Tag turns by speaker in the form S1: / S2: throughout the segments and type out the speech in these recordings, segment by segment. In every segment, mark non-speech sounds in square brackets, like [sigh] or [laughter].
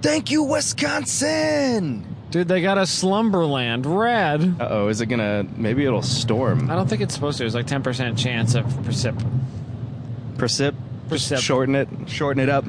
S1: Thank you, Wisconsin!
S2: Dude, they got a Slumberland. Rad.
S3: Uh oh, is it gonna. Maybe it'll storm.
S2: I don't think it's supposed to. There's like 10% chance of precip.
S3: Precip?
S2: Precip.
S3: Shorten it. Shorten it up.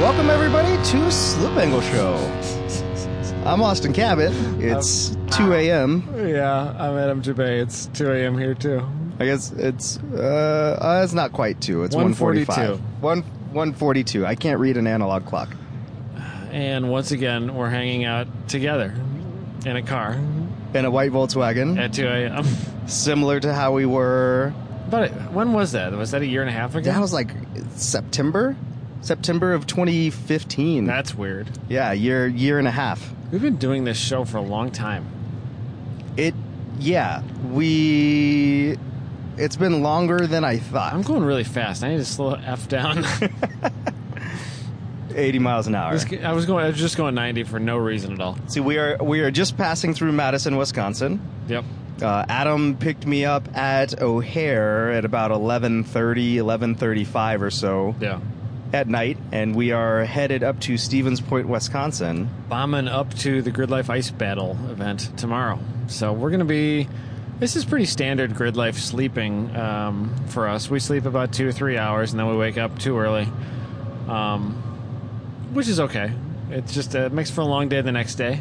S3: Welcome, everybody, to Sloop Angle Show. I'm Austin Cabot. It's 2 a.m.
S2: Yeah, I'm Adam Jabay. It's 2 a.m. here, too.
S3: I guess it's. Uh, uh, it's not quite 2. It's 145.
S2: 142.
S3: 1, 142. I can't read an analog clock.
S2: And once again, we're hanging out together in a car
S3: In a white Volkswagen,
S2: at 2 a.m.
S3: similar to how we were.
S2: [laughs] But when was that? Was that a year and a half ago?
S3: That was like September? September of 2015.
S2: That's weird.
S3: yeah, year, year and a half.
S2: We've been doing this show for a long time.
S3: It. Yeah, we. It's been longer than I thought.
S2: I'm going really fast. I need to slow the F down. [laughs]
S3: 80 miles an hour.
S2: This g- I was going. I was just going 90 for no reason at all.
S3: See, we are we are just passing through Madison, Wisconsin.
S2: Yep.
S3: Uh, Adam picked me up at O'Hare at about 11:30, 11:35 or so
S2: Yeah.
S3: at night, and we are headed up to Stevens Point, Wisconsin.
S2: bombing up to the Grid Life Ice Battle event tomorrow. So we're going to be. This is pretty standard grid life sleeping um, for us. We sleep about two or three hours, and then we wake up too early, um, which is okay. It's just uh, it makes for a long day the next day.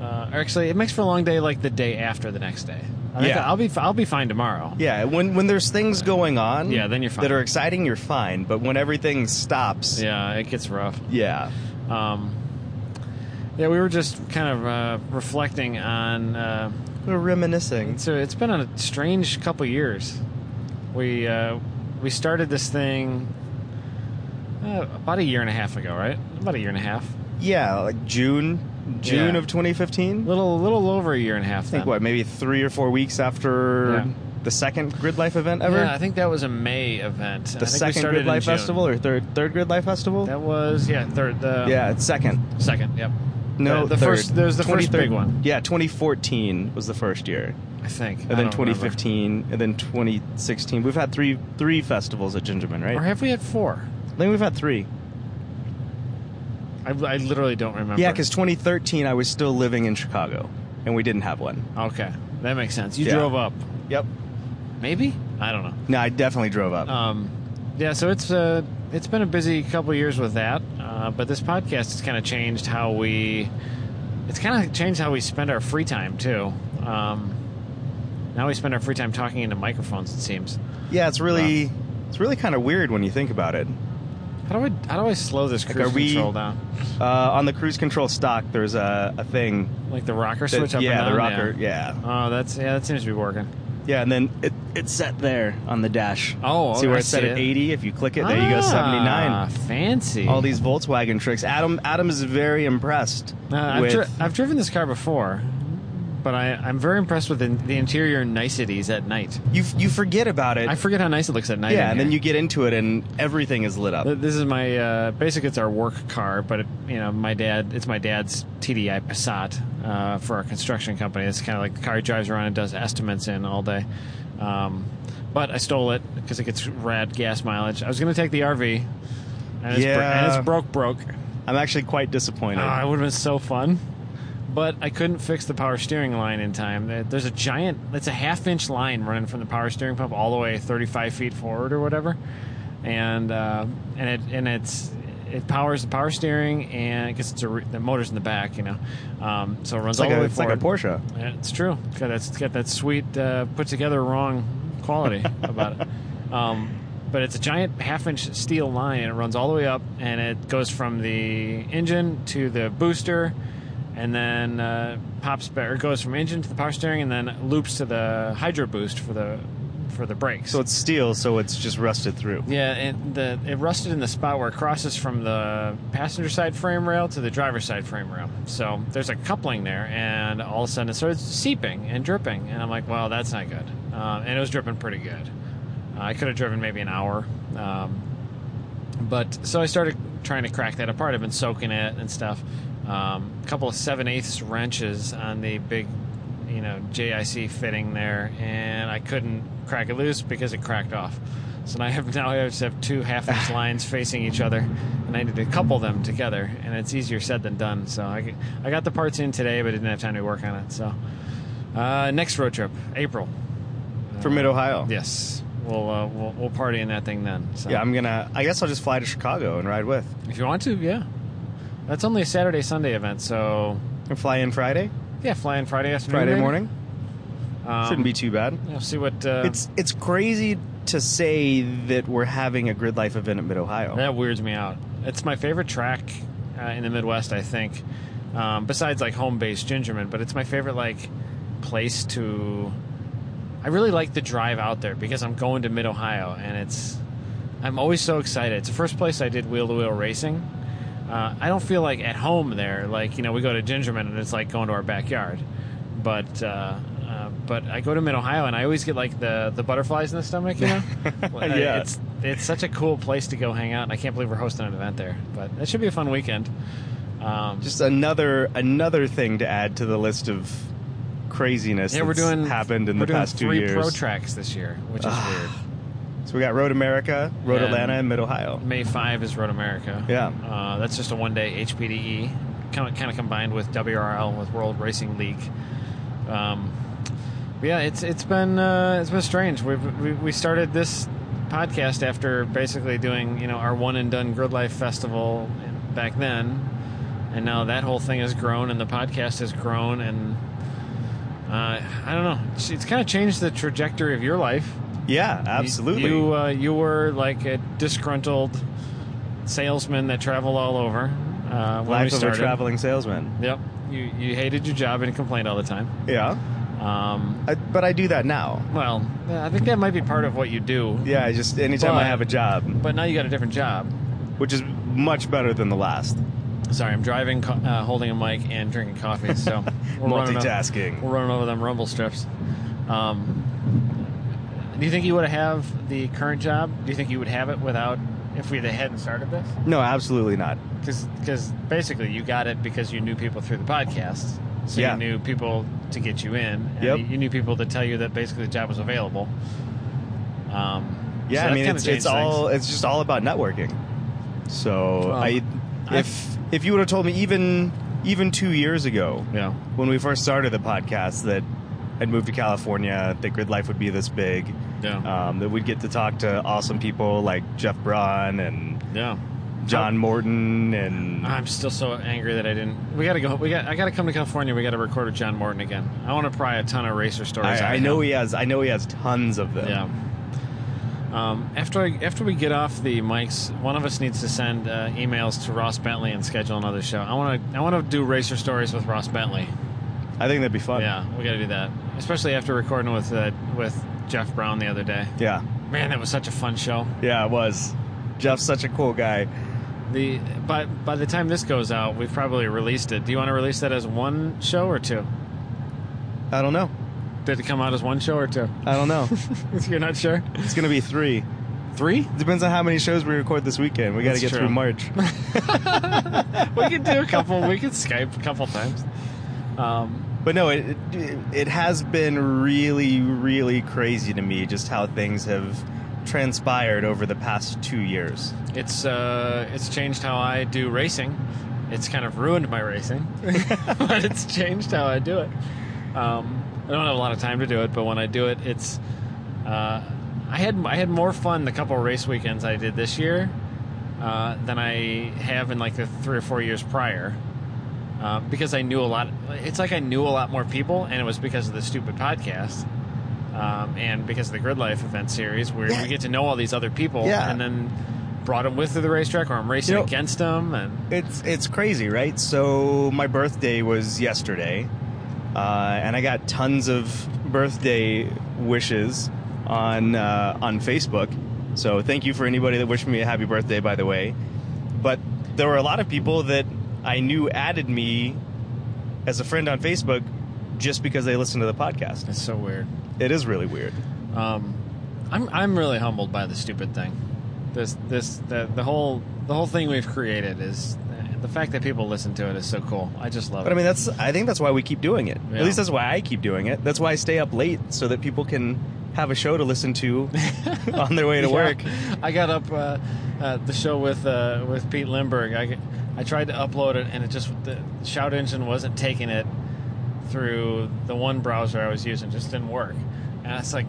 S2: Uh, or actually, it makes for a long day like the day after the next day. I think
S3: Yeah.
S2: I'll be I'll be fine tomorrow.
S3: Yeah, when when there's things going on,
S2: Yeah, then you're fine.
S3: that are exciting, you're fine. But when everything stops,
S2: Yeah, it gets rough.
S3: yeah,
S2: Um, yeah, we were just kind of uh, reflecting on. Uh,
S3: we're reminiscing.
S2: So it's been a strange couple years. We uh, we started this thing uh, about a year and a half ago, right? About a year and a half,
S3: Yeah, like June, June
S2: Yeah.
S3: of 2015.
S2: little little over a year and a
S3: I
S2: half.
S3: think
S2: then.
S3: what maybe three or four weeks after
S2: Yeah.
S3: the second Grid Life event ever.
S2: Yeah, I think that was a May event.
S3: the second Grid Life Festival or third third Grid Life Festival?
S2: That was uh, yeah third. The
S3: yeah, it's second.
S2: second. Yep.
S3: No,
S2: the, the
S3: third.
S2: first. There's the first
S3: 23rd
S2: big one,
S3: Yeah, 2014 was the first year,
S2: I think,
S3: and then 2015, and then 2016. We've had three three festivals at Gingerman, right?
S2: Or have we had four?
S3: I think we've had three.
S2: I, I literally don't remember.
S3: Yeah, because 2013 I was still living in Chicago, and we didn't have one.
S2: okay, that makes sense. You
S3: Yeah.
S2: drove up,
S3: Yep.
S2: maybe? I don't know.
S3: No, I definitely drove up.
S2: Um, yeah, so it's uh, it's been a busy couple years with that, uh, but this podcast has kind of changed how we it's kind of changed how we spend our free time too. Um, now we spend our free time talking into microphones. It seems.
S3: yeah, it's really it's really kind of weird when you think about it.
S2: How do I how do I slow this cruise
S3: are we-
S2: control down?
S3: Uh, on the cruise control stock, there's a, a thing.
S2: Like the rocker
S3: that-
S2: switch up
S3: yeah,
S2: and down.
S3: the rocker. Yeah. yeah,
S2: Oh, that's yeah. That seems to be working.
S3: and then it, it's set there on the dash.
S2: Oh,
S3: see where
S2: I
S3: it's set
S2: see
S3: at
S2: it.
S3: 80. If you click it, there you go, 79.
S2: Ah, Fancy.
S3: all these Volkswagen tricks. Adam Adam is very impressed
S2: Uh, I've,
S3: with
S2: dri- I've driven this car before, but I, I'm very impressed with the, the interior niceties at night.
S3: you. You forget about it,
S2: I forget how nice it looks at night.
S3: yeah,
S2: in
S3: and then
S2: here.
S3: you get into it, and everything is lit up.
S2: Th- This is my uh, basic. It's our work car, but it, you know, my dad. It's my dad's TDI Passat uh, for our construction company. It's kind of like the car he drives around and does estimates in all day. Um, but I stole it because it gets rad gas mileage. I was going to take the RV, and it's, bro- and
S3: Yeah.
S2: it's broke broke.
S3: I'm actually quite disappointed.
S2: Oh, it would have been so fun. But I couldn't fix the power steering line in time. There- There's a giant, it's a half inch line running from the power steering pump all the way 35 feet forward or whatever. And uh, and it and it's it powers the power steering and because it's a re- the motor's in the back, you know, um, so it runs
S3: it's like
S2: all the
S3: a,
S2: way
S3: it's like a
S2: forward.
S3: Porsche.
S2: Yeah, it's true. It's got that, it's got that sweet uh, put together wrong [laughs] quality about it. Um, but it's a giant half inch steel line and it runs all the way up and it goes from the engine to the booster and then uh, pops back, or goes from engine to the power steering and then loops to the hydro boost for the for the brakes.
S3: So it's steel, so it's just rusted through.
S2: yeah, and the it rusted in the spot where it crosses from the passenger side frame rail to the driver's side frame rail. So there's a coupling there, and all of a sudden it started seeping and dripping, and I'm like, "Well, that's not good." Uh, uh, and it was dripping pretty good. Uh, I could have driven maybe an hour, um, but so I started trying to crack that apart. I've been soaking it and stuff. Um, a couple of seven eighths wrenches on the big, you know, JIC fitting there, and I couldn't crack it loose because it cracked off. So now I have now I just have two
S3: [laughs]
S2: half inch lines facing each other, and I need to couple them together. And it's easier said than done. So I, g- I got the parts in today, but didn't have time to work on it. So uh, next road trip, April.
S3: From mid Ohio.
S2: Yes, we'll, uh, we'll we'll party in that thing then. So.
S3: Yeah, I'm gonna. I guess I'll just fly to Chicago and ride with.
S2: If you want to, yeah. That's only a Saturday Sunday event, so
S3: And fly in Friday,
S2: yeah, fly in Friday afternoon.
S3: Friday
S2: maybe.
S3: morning.
S2: Um,
S3: Shouldn't be too bad.
S2: We'll see what. Uh,
S3: It's it's crazy to say that we're having a grid life event at Mid Ohio.
S2: that weirds me out. It's my favorite track uh, in the Midwest, I think. Um, besides like home base Gingerman, but it's my favorite like place to. I really like the drive out there because I'm going to Mid Ohio, and it's. I'm always so excited. It's the first place I did wheel to wheel racing. Uh, I don't feel like at home there. Like you know, we go to Gingerman and it's like going to our backyard. But uh, uh, but I go to Mid Ohio and I always get like the the butterflies in the stomach. You
S3: [laughs]
S2: know, Well, I-
S3: Yeah.
S2: It's it's such a cool place to go hang out, and I can't believe we're hosting an event there. But that should be a fun weekend. Um,
S3: Just another another thing to add to the list of craziness.
S2: yeah, we're
S3: that's
S2: doing
S3: happened in
S2: we're
S3: the
S2: doing
S3: past two
S2: three
S3: years.
S2: pro tracks this year, which is weird.
S3: so we got Road America, Road
S2: And-
S3: Atlanta, and Mid Ohio.
S2: May 5 is Road America.
S3: Yeah.
S2: Uh, that's just a one day HPDE, kind of, kind of E, combined with WRL, with World Racing League. Um, yeah, it's it's been uh, it's been strange. We've, we we started this podcast after basically doing you know our one and done Grid Life Festival back then, and now that whole thing has grown and the podcast has grown and uh, I don't know. It's, it's kind of changed the trajectory of your life.
S3: Yeah, absolutely.
S2: You uh, you were like a disgruntled salesman that traveled all over. Uh, when we
S3: Life of a
S2: started.
S3: traveling salesman.
S2: Yep. You you hated your job and complained all the time.
S3: Yeah,
S2: Um,
S3: I, but I do that now.
S2: well, I think that might be part of what you do.
S3: Yeah, I just anytime I
S2: But-
S3: have a job,
S2: But now you got a different job.
S3: which is much better than the last.
S2: Sorry, I'm driving, co- uh, holding a mic, and drinking coffee.
S3: [laughs]
S2: So we're running o-
S3: Multitasking.
S2: we're running over them rumble strips. Um, do you think you would have the current job? Do you think you would have it without if we had hadn't started this?
S3: No, absolutely not.
S2: because basically you got it because you knew people through the podcast so
S3: Yeah.
S2: you knew people to get you in and
S3: Yep.
S2: you knew people to tell you that basically the job was available um,
S3: Yeah, I
S2: so that's
S3: mean
S2: kinda
S3: it's
S2: changed
S3: it's all it's just all about networking. So
S2: Well,
S3: I,
S2: I-
S3: if if you would have told me even even two years ago
S2: things. yeah
S3: when we first started the podcast that I'd moved to California, that grid life would be this big,
S2: yeah
S3: um, that we'd get to talk to awesome people like Jeff Braun and
S2: yeah
S3: John Morton and
S2: I'm still so angry that I didn't. We gotta go. We got. I gotta come to California. We gotta record with John Morton again. I want to pry a ton of racer stories.
S3: I,
S2: out
S3: I
S2: of
S3: know
S2: him.
S3: he has I know he has tons of them.
S2: Yeah. Um, after I, after we get off the mics, one of us needs to send uh, emails to Ross Bentley and schedule another show. I want to I want to do racer stories with Ross Bentley.
S3: I think that'd be fun.
S2: Yeah, we got to do that, especially after recording with uh, with Jeff Brown the other day.
S3: yeah,
S2: Man, that was such a fun show.
S3: yeah. It was. Jeff's such a cool guy.
S2: The by by the time this goes out, we've probably released it. Do you want to release that as one show or two?
S3: I don't know.
S2: Did it come out as one show or two? [laughs]
S3: I don't know.
S2: You're not sure?
S3: it's gonna be three.
S2: Three?
S3: Depends on how many shows we record this weekend. We got to
S2: That's
S3: get
S2: true.
S3: through March.
S2: [laughs] We could do a couple. we could Skype a couple times. Um,
S3: but no, it, it it has been really, really crazy to me just how things have transpired over the past two years.
S2: It's uh, it's changed how I do racing. It's kind of ruined my racing, [laughs] but it's changed how I do it. Um, I don't have a lot of time to do it, but when I do it, it's uh, I had I had more fun the couple race weekends I did this year uh, than I have in like the three or four years prior. Uh, because I knew a lot, it's like I knew a lot more people, and it was because of the stupid podcast, um, and because of the Grid Life event series, where
S3: Yeah.
S2: we get to know all these other people,
S3: Yeah.
S2: and then and brought him with to the racetrack, or I'm racing
S3: You know-
S2: against him, and
S3: It's it's crazy, right? So my birthday was yesterday, uh, and I got tons of birthday wishes on uh, on Facebook. So thank you for anybody that wished me a happy birthday, by the way. But there were a lot of people that I knew added me as a friend on Facebook just because they listen to the podcast.
S2: It's so weird.
S3: It is really weird.
S2: Um, I'm I'm really humbled by the stupid thing. This this the, the whole the whole thing we've created is the fact that people listen to it is so cool. I just love
S3: But
S2: it.
S3: I mean, that's I think that's why we keep doing it.
S2: Yeah.
S3: At least that's why I keep doing it. That's why I stay up late so that people can have a show to listen
S2: [laughs]
S3: to on their way to
S2: Yeah.
S3: work.
S2: I got up uh, uh, the show with uh, with Pete Lindbergh. I, g- I tried to upload it, and it just the shout engine wasn't taking it through the one browser I was using. It just didn't work. And it's like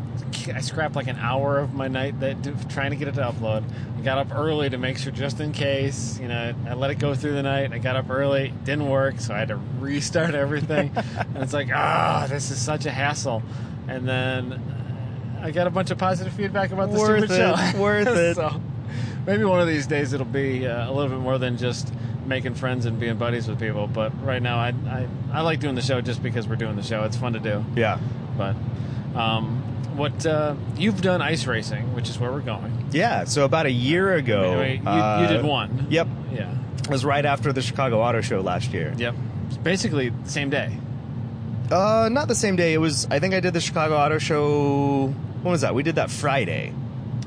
S2: I scrapped like an hour of my night that do, trying to get it to upload. I got up early to make sure, just in case. You know, I let it go through the night. I got up early, It didn't work, so I had to restart [laughs] everything. and it's like, ah, this is such a hassle. And then uh, I got a bunch of positive feedback about the
S3: Worth
S2: stupid
S3: it,
S2: show. [laughs]
S3: worth it.
S2: so maybe one of these days it'll be uh, a little bit more than just making friends and being buddies with people. But right now, I, I I like doing the show just because we're doing the show. It's fun to do.
S3: Yeah.
S2: But um, what uh, you've done ice racing, which is where we're going.
S3: Yeah. So about a year ago,
S2: Anyway, you,
S3: uh,
S2: you did one.
S3: Yep.
S2: Yeah.
S3: It was right after the Chicago Auto Show last year.
S2: Yep. It's basically the same day.
S3: Uh, not the same day. It was. I think I did the Chicago Auto Show. When was that? We did that Friday.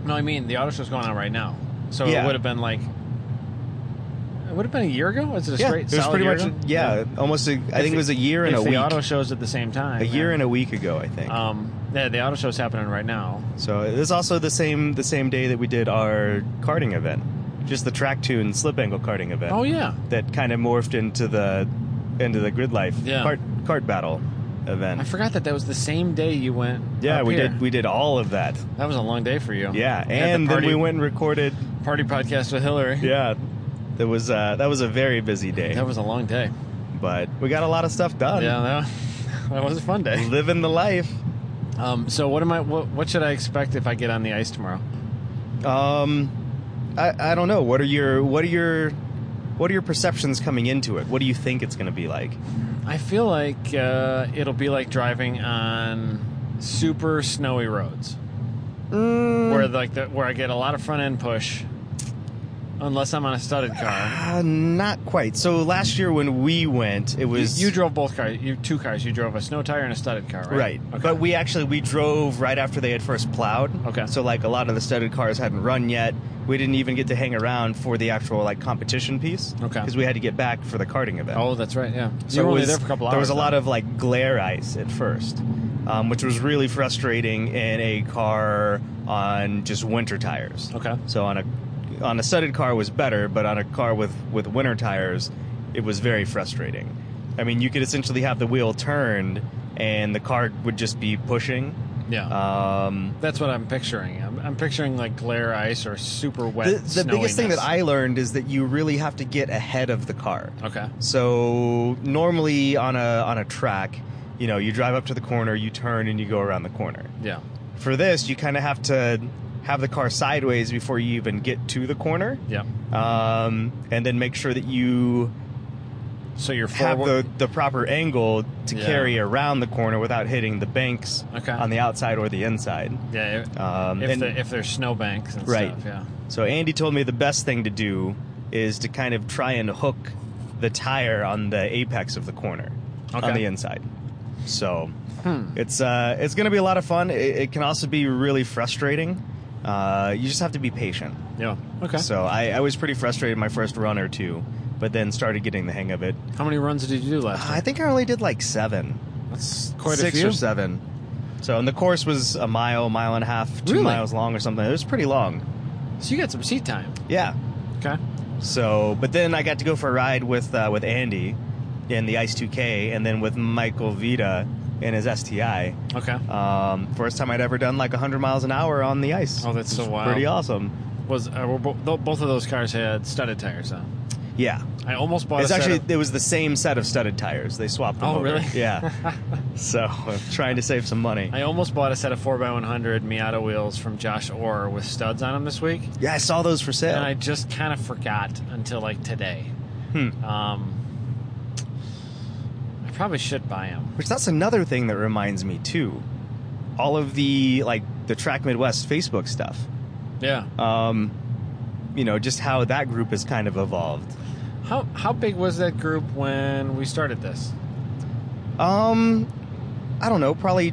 S2: No, I mean the auto show's going on right now, so it
S3: Yeah.
S2: would have been like. It would have been a year ago. Is it a
S3: yeah,
S2: straight?
S3: it was
S2: solid
S3: pretty
S2: year
S3: much.
S2: ago?
S3: yeah, almost. A, I think
S2: If
S3: it was a
S2: the-
S3: year and
S2: if
S3: a
S2: the
S3: week.
S2: auto shows at the same time.
S3: a year
S2: yeah.
S3: and a week ago, I think.
S2: Um, yeah, the auto show's happening right now.
S3: So it was also the same the same day that we did our karting event, just the track tune slip angle karting event.
S2: Oh yeah,
S3: That kind of morphed into the into the grid life
S2: Yeah.
S3: cart cart battle
S2: I
S3: event.
S2: forgot that that was the same day you went.
S3: Yeah,
S2: up
S3: we
S2: here.
S3: did we did all of that.
S2: That was a long day for you.
S3: Yeah,
S2: You had the
S3: and then
S2: party,
S3: we went and recorded.
S2: party podcast with Hillary.
S3: Yeah, that was uh, that was a very busy day,
S2: that was a long day.
S3: but we got a lot of stuff done.
S2: yeah, that, that was [laughs] a fun day.
S3: [laughs] Living the life.
S2: Um, so what am I? What, what should I expect if I get on the ice tomorrow?
S3: Um, I I don't know. What are your what are your what are your perceptions coming into it? What do you think it's going to be like?
S2: I feel like uh, it'll be like driving on super snowy roads, where like the, where I get a lot of front end push, unless I'm on a studded car.
S3: Uh, not quite. So last year when we went, it was
S2: you, you drove both cars. You two cars. You drove a snow tire and a studded car, right?
S3: right,
S2: Okay.
S3: but we actually we drove right after they had first plowed.
S2: Okay.
S3: So like a lot of the studded cars hadn't run yet. We didn't even get to hang around for the actual like competition piece.
S2: Okay.
S3: Because we had to get back for the karting event.
S2: oh, that's right. Yeah.
S3: So
S2: you
S3: it
S2: were only
S3: was-
S2: there for a couple hours.
S3: There was a lot of like glare ice at first, um, which was really frustrating in a car on just winter tires.
S2: Okay.
S3: So on a on a studded car was better, but on a car with with winter tires, it was very frustrating. I mean, you could essentially have the wheel turned and the car would just be pushing.
S2: Yeah.
S3: Um,
S2: Uh, That's what I'm picturing. I'm, I'm picturing like glare ice or super wet.
S3: the the biggest thing
S2: snowiness.
S3: that I learned is that you really have to get ahead of the car.
S2: okay.
S3: So normally on a on a track, you know, you drive up to the corner, you turn and you go around the corner.
S2: Yeah.
S3: For this, you kind of have to have the car sideways before you even get to the corner,
S2: Yeah.
S3: um, and then make sure that you
S2: So you're
S3: have
S2: forward.
S3: the, the proper angle to
S2: Yeah.
S3: carry around the corner without hitting the banks
S2: Okay.
S3: on the outside or the inside.
S2: yeah. If,
S3: Um,
S2: if,
S3: and-
S2: the, if there's snowbanks and
S3: Right.
S2: stuff. Yeah.
S3: So Andy told me the best thing to do is to kind of try and hook the tire on the apex of the corner
S2: Okay. Hmm.
S3: on the inside. So it's uh, it's going to be a lot of fun. It, it can also be really frustrating. Uh, you just have to be patient.
S2: Yeah. Okay.
S3: So I, I was pretty frustrated my first run or two, but then started getting the hang of it.
S2: How many runs did you do last?
S3: I think I only did like seven,
S2: time? That's quite
S3: Uh, six
S2: a few.
S3: or seven. So and the course was a mile, mile and a half, two
S2: Really?
S3: miles long or something. It was pretty long.
S2: So you got some seat time.
S3: Yeah.
S2: Okay.
S3: So, but then I got to go for a ride with uh, with Andy in the Ice 2K, and then with Michael Vita in his STI.
S2: Okay.
S3: Um, first time I'd ever done like 100 miles an hour on the ice.
S2: Oh, that's
S3: which
S2: so
S3: was
S2: wild.
S3: Pretty awesome.
S2: Was uh, were bo- tho- both of those cars had studded tires on?
S3: Yeah,
S2: I almost bought.
S3: it's
S2: a set
S3: actually
S2: of-
S3: it was the same set of studded tires. They swapped them.
S2: Oh,
S3: over.
S2: really? [laughs]
S3: Yeah. so trying to save some money.
S2: I almost bought a set of 4x100 Miata wheels from Josh Orr with studs on them this week.
S3: yeah, I saw those for sale.
S2: and I just kind of forgot until like today.
S3: Hmm.
S2: Um, I probably should buy them.
S3: Which that's another thing that reminds me too. All of the like the Track Midwest Facebook stuff.
S2: Yeah.
S3: Um, you know, just how that group has kind of evolved.
S2: How how big was that group when we started this?
S3: Um, I don't know, probably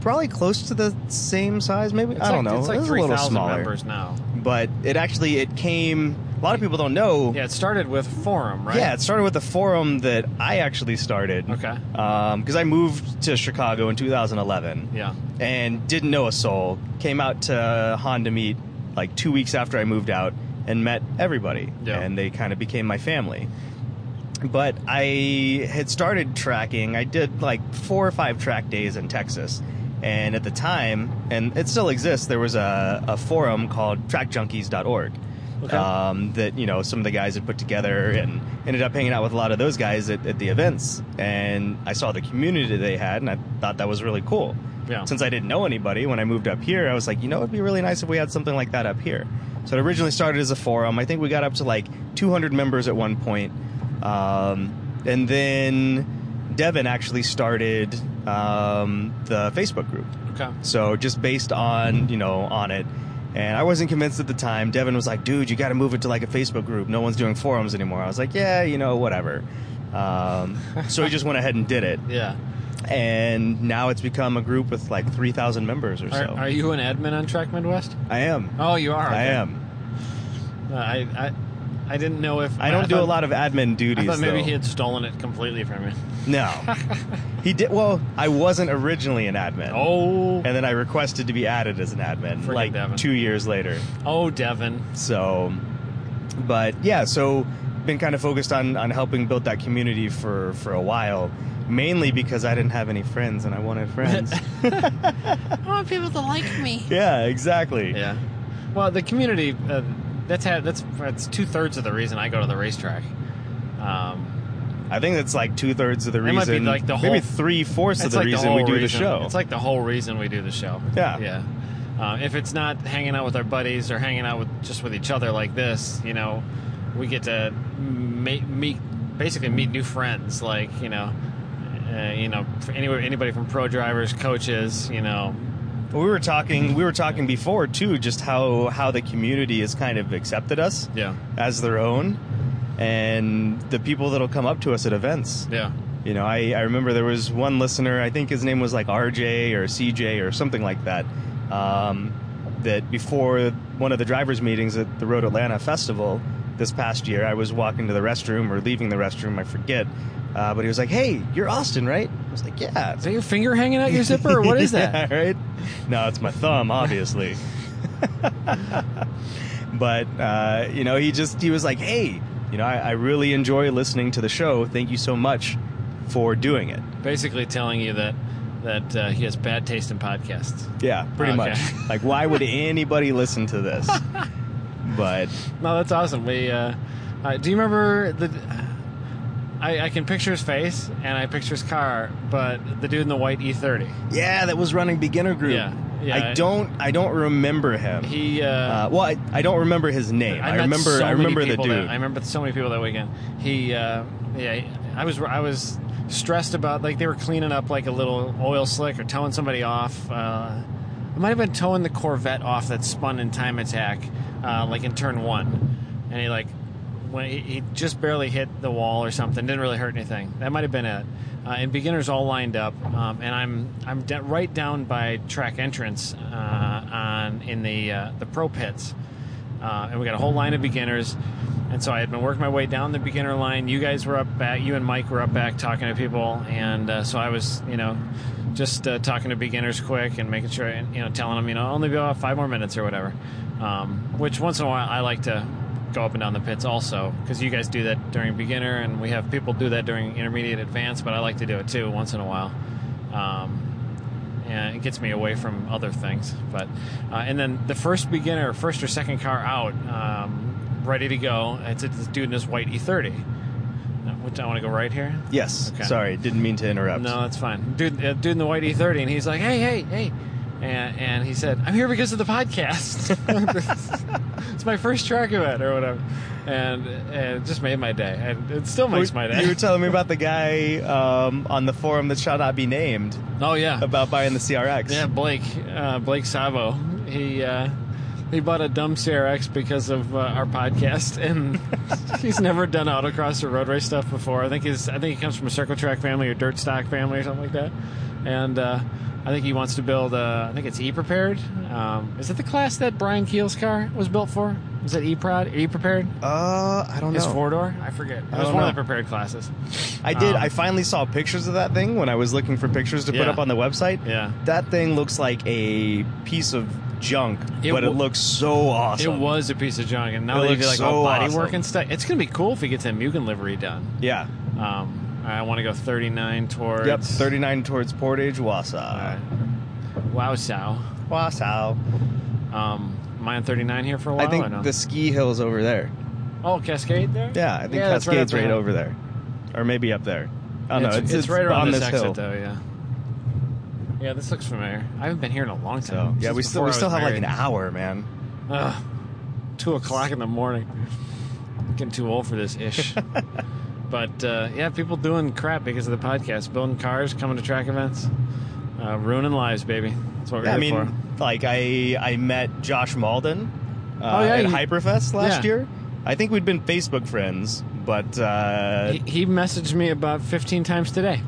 S3: probably close to the same size. Maybe
S2: It's
S3: I don't
S2: like-
S3: know.
S2: It's like
S3: was a
S2: three
S3: little
S2: thousand
S3: smaller,
S2: members now.
S3: but it actually it came. A lot of people don't know.
S2: Yeah, it started with Forum, right?
S3: Yeah, it started with a forum that I actually started.
S2: Okay.
S3: Because I moved to Chicago in 2011
S2: Yeah.
S3: and didn't know a soul. Came out to Honda Meet like two weeks after I moved out and met everybody.
S2: Yeah.
S3: And they kind of became my family. But I had started tracking. I did like four or five track days in Texas. And at the time, and it still exists, there was a, a forum called trackjunkies.org.
S2: Okay.
S3: Um, that you know some of the guys had put together and ended up hanging out with a lot of those guys at, at the events and I saw the community they had and I thought that was really cool
S2: Yeah.
S3: since I didn't know anybody when I moved up here, I was like, you know, it'd be really nice if we had something like that up here. So it originally started as a forum. I think we got up to like 200 members at one point. Um, and then Devin actually started um, the Facebook group.
S2: Okay.
S3: So just based on, you know, on it. And I wasn't convinced at the time. Devin was like, dude, you got to move it to like a Facebook group. No one's doing forums anymore. I was like, yeah, you know, whatever. Um, so he just went ahead and did it
S2: Yeah.
S3: and now it's become a group with like 3,000 members or so.
S2: Are, are you an admin on Track Midwest?
S3: I am.
S2: Oh, you are.
S3: I
S2: okay.
S3: am.
S2: Uh, I, I I didn't know if
S3: I don't do
S2: thought-
S3: a lot of admin
S2: I
S3: duties.
S2: thought maybe
S3: though.
S2: he had stolen it completely from you.
S3: No,
S2: [laughs]
S3: he did. Well, I wasn't originally an admin.
S2: Oh.
S3: And then I requested to be added as an admin,
S2: Friggin'
S3: like
S2: Devin.
S3: two years later.
S2: Oh, Devin.
S3: So, but yeah, so been kind of focused on on helping build that community for for a while, mainly because I didn't have any friends and I wanted
S2: [laughs]
S3: friends.
S4: I want people to like me.
S3: yeah, exactly.
S2: Yeah. Well, the community uh, that's had that's that's two thirds of the reason I go to the racetrack. Um,
S3: I think that's like two thirds of the
S2: That
S3: reason.
S2: might be, like, the whole-
S3: maybe three fourths of
S2: it's
S3: the
S2: like
S3: reason
S2: whole
S3: we do the
S2: reason-
S3: show.
S2: It's like the whole reason we do the show.
S3: Yeah.
S2: Yeah. Uh, if it's not hanging out with our buddies or hanging out with just with each other like this, you know, we get to ma- meet basically meet new friends. Like you know, uh, you know, for anywhere anybody from pro drivers, coaches, you know,
S3: we were talking. We were talking before too, just how how the community has kind of accepted us
S2: yeah,
S3: as their own, and the people that'll come up to us at events.
S2: yeah,
S3: You know, I, I remember there was one listener, I think his name was like RJ or CJ or something like that, um, that before one of the drivers' meetings at the Road Atlanta Festival this past year, I was walking to the restroom or leaving the restroom, I forget. Uh, but he was like, hey, you're Austin, right? I was like, yeah.
S2: Is that your finger hanging out your zipper, or what [laughs] is
S3: [laughs]
S2: that?
S3: Yeah, right? No, it's my thumb,
S2: [laughs]
S3: obviously. but uh, you know, he just he was like, "Hey, you know, I, I really enjoy listening to the show. Thank you so much for doing it."
S2: Basically, telling you that that uh, he has bad taste in podcasts.
S3: Yeah, pretty
S2: Okay.
S3: much. Like, why
S2: [laughs]
S3: would anybody listen to this? but
S2: No, that's awesome. We uh, uh, do you remember the? I, I can picture his face and I picture his car, but the dude in the white E E30.
S3: yeah, that was running beginner group.
S2: Yeah, yeah,
S3: I don't I don't remember him.
S2: He. Uh,
S3: uh, well, I, I don't remember his name. I,
S2: met
S3: remember
S2: so
S3: I
S2: many
S3: remember the
S2: people
S3: dude.
S2: that- I remember so many people that weekend. He, uh, yeah, I was I was stressed about like they were cleaning up like a little oil slick or towing somebody off. Uh, I might have been towing the Corvette off that spun in time attack, uh, like in turn one, and he like when he, he just barely hit the wall or something, didn't really hurt anything. That might have been it. Uh, and beginners all lined up, um, and I'm I'm de- right down by track entrance uh, on in the uh, the pro pits uh, and we got a whole line of beginners. And so I had been working my way down the beginner line. You guys were up back. You and Mike were up back talking to people, and uh, so I was, you know, just uh, talking to beginners quick and making sure, and you know, telling them, you know, only be about five more minutes or whatever. Um, which once in a while I like to go up and down the pits also because you guys do that during beginner, and we have people do that during intermediate, advanced. But I like to do it too once in a while. Um, and it gets me away from other things. But uh, and then the first beginner, first or second car out, um, ready to go. It's this dude in his white E30. Uh, Which I want to go right here.
S3: yes.
S2: Okay.
S3: Sorry, didn't mean to interrupt.
S2: No, that's fine. Dude, uh, dude in the white E30, and he's like, "Hey, hey, hey," and, and he said, "I'm here because of
S3: [laughs]
S2: the podcast. it's my first track event or whatever." And, and it just made my day. And it still makes my
S3: You were
S2: day.
S3: telling me about the guy um, on the forum that shall not be named
S2: Oh yeah.
S3: about buying the CRX.
S2: Yeah, Blake, uh, Blake Savo. He uh, he bought a dumb CRX because of uh, our podcast, and [laughs] he's never done autocross or road race stuff before. I think he's I think he comes from a circle track family or dirt stock family or something like that. and uh, I think he wants to build. Uh, I think it's E prepared. Um, is it the class that Brian Keel's car was built for? Was it E prod? E prepared?
S1: Uh, I don't
S2: His
S1: know.
S2: four door? I forget. It was
S3: don't
S2: one
S3: know.
S2: of the prepared classes.
S3: I did.
S2: Um,
S3: I finally saw pictures of that thing when I was looking for pictures to put
S2: Yeah.
S3: up on the website.
S2: Yeah.
S3: That thing looks like a piece of junk,
S2: It
S3: but it
S2: wa-
S3: looks so awesome.
S2: It was a piece of junk, and now
S3: It
S2: they do
S3: looks
S2: like
S3: so
S2: all body
S3: awesome.
S2: work and stuff. It's gonna be cool if he gets that Mugen livery done.
S3: Yeah.
S2: Um, I want to go 39 towards.
S3: Yep. 39 towards Portage,
S2: All right.
S3: Wausau.
S2: Wow, Sal.
S3: Wausau.
S2: Um, am I on 39 here for a while?
S3: I
S2: or
S3: think
S2: no?
S3: the ski hill's over there.
S2: Oh, Cascade there.
S3: Yeah, I think
S2: that's up
S3: Cascade's right,
S2: behind.
S3: over there, or maybe up there. I don't
S2: it's,
S3: know. It's,
S2: it's right around
S3: on
S2: this,
S3: this,
S2: exit,
S3: hill.
S2: though. Yeah. Yeah, this looks familiar. I haven't been here in a long
S3: So
S2: time.
S3: yeah,
S2: Since
S3: we still
S2: before I
S3: we
S2: was
S3: still have like an
S2: married.
S3: hour, man.
S2: Ugh, two o'clock in the morning. Getting too old for this
S3: [laughs]
S2: ish. but uh, yeah, people doing crap because of the podcast, building cars, coming to track events, uh, ruining lives, baby. That's what we're
S3: Yeah, I
S2: here
S3: mean,
S2: for.
S3: like I I met Josh Malden uh,
S2: Oh, yeah,
S3: at
S2: you-
S3: Hyperfest last
S2: yeah.
S3: year. I think we'd been Facebook friends, but uh,
S2: He, he messaged me about 15 times today.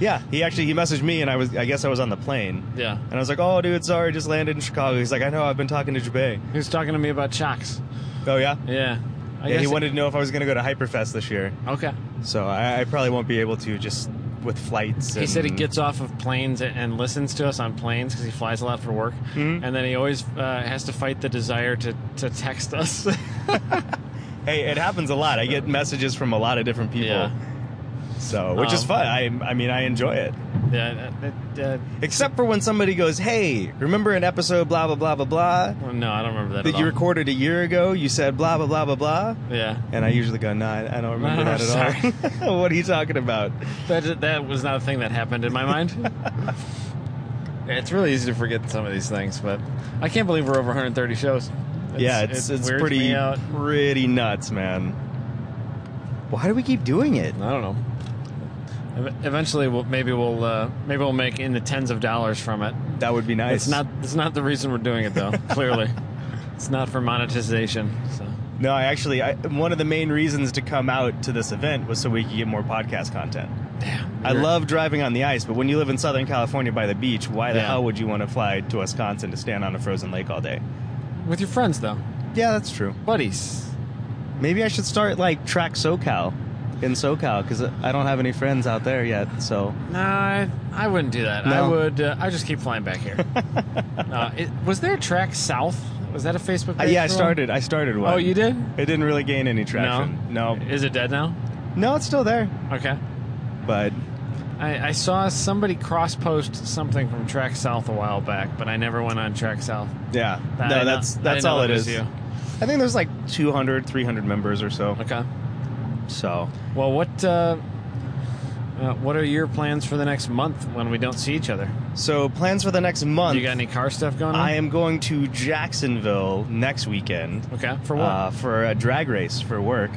S3: yeah, he actually he messaged me, and I was I guess I was on the plane,
S2: Yeah.
S3: and I was like, oh dude, sorry, just landed in Chicago. He's like, I know, I've been talking to Jabay.
S2: He was talking to me about shocks.
S3: Oh yeah,
S2: Yeah. I
S3: yeah.
S2: guess
S3: He wanted to know if I was going to go to Hyperfest this year,
S2: Okay.
S3: so I, I probably won't be able to just with flights.
S2: He said he
S3: and-
S2: gets off of planes and- and listens to us on planes because he flies a lot for work,
S3: Mhm.
S2: and then he always uh, has to fight the desire to, to text us. [laughs]
S3: Hey, it happens a lot. I get messages from a lot of different people.
S2: Yeah.
S3: So, which is
S2: Um,
S3: fun. I, I mean, I enjoy it.
S2: yeah, uh, uh,
S3: Except for when somebody goes, "Hey, remember an episode blah blah blah blah blah
S2: uh, no, I don't remember that.
S3: that
S2: at
S3: you
S2: all.
S3: recorded a year ago? You said blah blah blah blah blah."
S2: Yeah,
S3: And I usually go, "No, I I don't remember
S2: Oh,
S3: that at all." [laughs] what are you talking about?
S2: that that was not a thing that happened in my mind.
S3: [laughs]
S2: it's really easy to forget some of these things, but I can't believe we're over 130 shows.
S3: yeah, it's
S2: it
S3: it's
S2: weirds
S3: pretty
S2: me out.
S3: pretty nuts, man. Why do we keep doing it?
S2: I don't know. Ev- Eventually, we'll, maybe we'll uh, maybe we'll make in the tens of dollars from it.
S3: That would be nice.
S2: It's not. It's not the reason we're doing
S3: [laughs]
S2: it, though. clearly, it's not for monetization. So
S3: No, I actually, I, one of the main reasons to come out to this event was so we could get more podcast content.
S2: damn.
S3: I love driving on the ice, but when you live in Southern California by the beach, why the
S2: Yeah.
S3: hell would you want to fly to Wisconsin to stand on a frozen lake all day?
S2: with your friends though,
S3: Yeah, that's true.
S2: buddies.
S3: Maybe I should start like track SoCal in SoCal because I don't have any friends out there yet. So
S2: No, I, I wouldn't do that. I
S3: No.
S2: would. Uh, I just keep flying
S3: [laughs]
S2: back here. uh, it, was there a track south? Was that a Facebook?
S3: Uh,
S2: page
S3: yeah, I
S2: for a while?
S3: started. I started one.
S2: Oh, you did?
S3: It didn't really gain any traction.
S2: No,
S3: no,
S2: Is it dead now?
S3: No, it's still there,
S2: Okay.
S3: but
S2: I, I saw somebody cross post something from Track South a while back, but I never went on Track South.
S3: yeah,
S2: I
S3: no,
S2: didn't-
S3: that's
S2: I
S3: that's
S2: didn't know
S3: all it
S2: that was
S3: is.
S2: you.
S3: I think there's like 200, 300 members or so.
S2: Okay.
S3: So
S2: Well, what uh, uh, what are your plans for the next month when we don't see each other?
S3: so plans for the next month.
S2: You got any car stuff going on?
S3: I am going to Jacksonville next weekend
S2: Okay. For what?
S3: uh, for a drag race for work.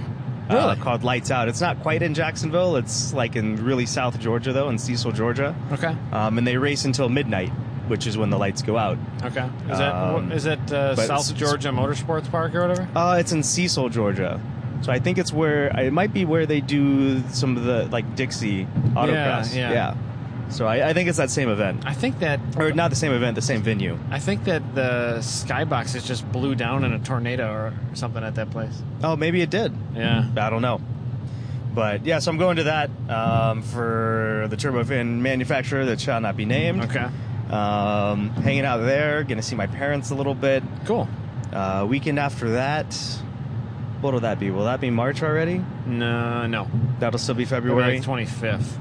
S3: Uh,
S2: Really?
S3: called Lights Out. It's not quite in Jacksonville. It's like in really South Georgia though, in Cecil, Georgia.
S2: okay.
S3: Um, and they race until midnight, which is when the lights go out.
S2: Okay. Is that
S3: um,
S2: is that uh,
S3: but
S2: South
S3: it's-
S2: Georgia Motorsports Park or whatever?
S3: Uh, it's in Cecil, Georgia. So I think it's where it might be where they do some of the like Dixie autocross.
S2: yeah.
S3: So I, I think it's that same event,
S2: I think that
S3: or not the same event, the same venue.
S2: I think that the skybox is just blew down in a tornado or something at that place.
S3: Oh, maybe it did.
S2: Yeah.
S3: I don't know. But yeah, so I'm going to that um, for the turbofan manufacturer that shall not be named.
S2: Okay.
S3: Um, hanging out there, gonna see my parents a little bit.
S2: Cool.
S3: Uh, weekend after that, what'll that be? Will that be March already?
S2: No, no.
S3: That'll still be February.
S2: February twenty fifth.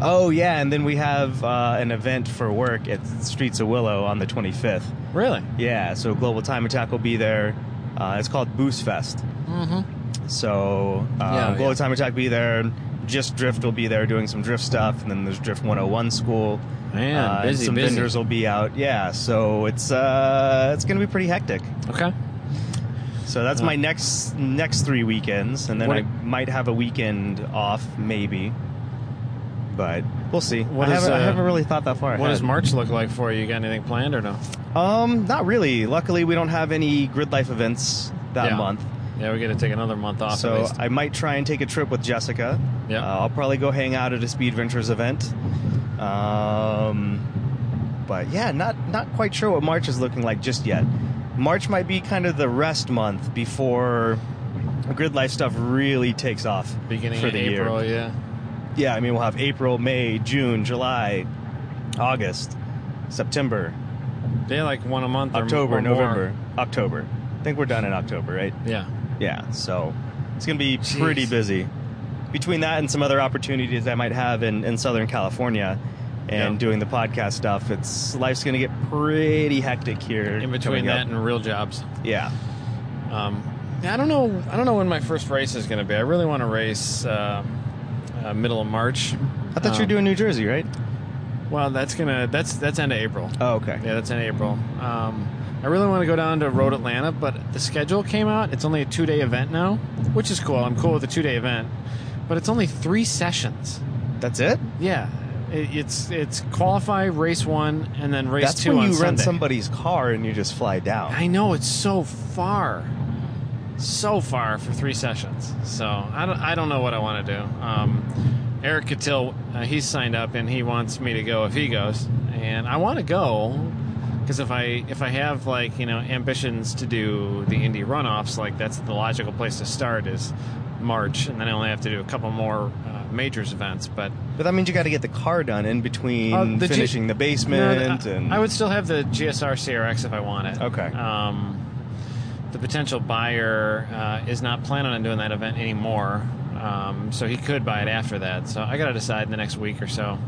S3: oh yeah, and then we have uh, an event for work at Streets of Willow on the 25th.
S2: Really?
S3: Yeah, so Global Time Attack will be there. Uh, it's called Boost Fest.
S2: Mm-hmm.
S3: So um,
S2: Yeah,
S3: Global
S2: yeah.
S3: Time Attack will be there. Just Drift will be there doing some drift stuff, and then there's Drift 101 School.
S2: Man,
S3: uh, and
S2: busy,
S3: some
S2: busy.
S3: vendors will be out. Yeah, so it's uh, it's gonna be pretty hectic.
S2: Okay.
S3: So that's
S2: Yeah.
S3: my next next three weekends, and then
S2: What-
S3: I might have a weekend off, maybe. But we'll see.
S2: What
S3: I,
S2: is,
S3: haven't, I
S2: uh,
S3: haven't really thought that far.
S2: What does
S3: ahead.
S2: March look like for you? You got anything planned or no?
S3: Um, not really. Luckily, we don't have any grid life events that
S2: Yeah.
S3: month.
S2: Yeah, we got to take another month off. at
S3: So
S2: least.
S3: I might try and take a trip with Jessica.
S2: Yeah.
S3: Uh, I'll probably go hang out at a Speed Ventures event. Um, But yeah, not not quite sure what March is looking like just yet. March might be kind of the rest month before grid life stuff really takes off.
S2: Beginning
S3: for
S2: of
S3: the year
S2: April, yeah.
S3: yeah, I mean, we'll have April, May, June, July, August, September,
S2: They like one a month, or-
S3: October,
S2: or more.
S3: November, October. I think we're done in October, right?
S2: Yeah,
S3: Yeah, so it's going to be pretty
S2: Jeez.
S3: busy. Between that and some other opportunities I might have in, in Southern California and
S2: Yeah.
S3: doing the podcast stuff, it's life's going to get pretty hectic here.
S2: in between
S3: coming
S2: that
S3: up.
S2: and real jobs.
S3: yeah,
S2: Um, I don't know. I don't know when my first race is going to be. I really want to race uh, uh, middle of March.
S3: I thought you were
S2: Um,
S3: doing New Jersey, right?
S2: Well, that's gonna that's that's end of April.
S3: Oh, okay.
S2: Yeah, that's in April. Um, I really want to go down to Road Atlanta, but the schedule came out. It's only a two day event now, which is cool. I'm cool with a two day event, but it's only three sessions.
S3: That's it.
S2: Yeah, it, it's it's qualify race one and then race
S3: That's
S2: two
S3: when
S2: on
S3: you rent
S2: Sunday.
S3: somebody's car and you just fly down.
S2: I know it's so far, so far for three sessions. So I don't, I don't know what I want to do. Um, Eric Catil, uh, he's signed up and he wants me to go if he goes, and I want to go because if I if I have like you know ambitions to do the indie runoffs, like that's the logical place to start is March, and then I only have to do a couple more uh, majors events, but.
S3: But that means you got to get the car done in between
S2: Uh, the G-
S3: finishing the
S2: No,
S3: basement
S2: th- I-
S3: and
S2: I would still have the GSR CRX if I want it.
S3: Okay.
S2: Um, the potential buyer uh, is not planning on doing that event anymore, um, so he could buy it after that. So I got to decide in the next week or so.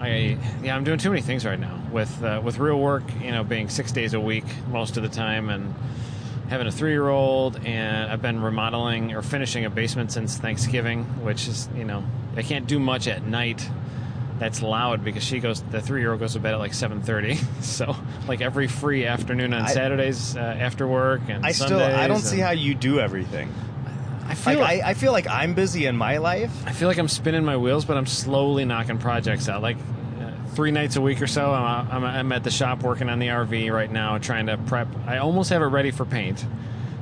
S2: I yeah, I'm doing too many things right now with uh, with real work. You know, being six days a week most of the time and. Having a three-year-old, and I've been remodeling or finishing a basement since Thanksgiving, which is, you know, I can't do much at night that's loud because she goes the three-year-old goes to bed at like 7.30 [laughs] so like every free afternoon on
S3: I-
S2: saturdays uh, after work and
S3: I still
S2: Sundays
S3: I don't
S2: and-
S3: see how you do everything.
S2: i feel
S3: Like
S2: like,
S3: I, I feel like I'm busy in my life.
S2: I, feel like i'm spinning my wheels but i'm slowly knocking projects out like uh, Three nights a week or so, I'm, I'm, I'm at the shop working on the RV right now, trying to prep. I almost have it ready for paint.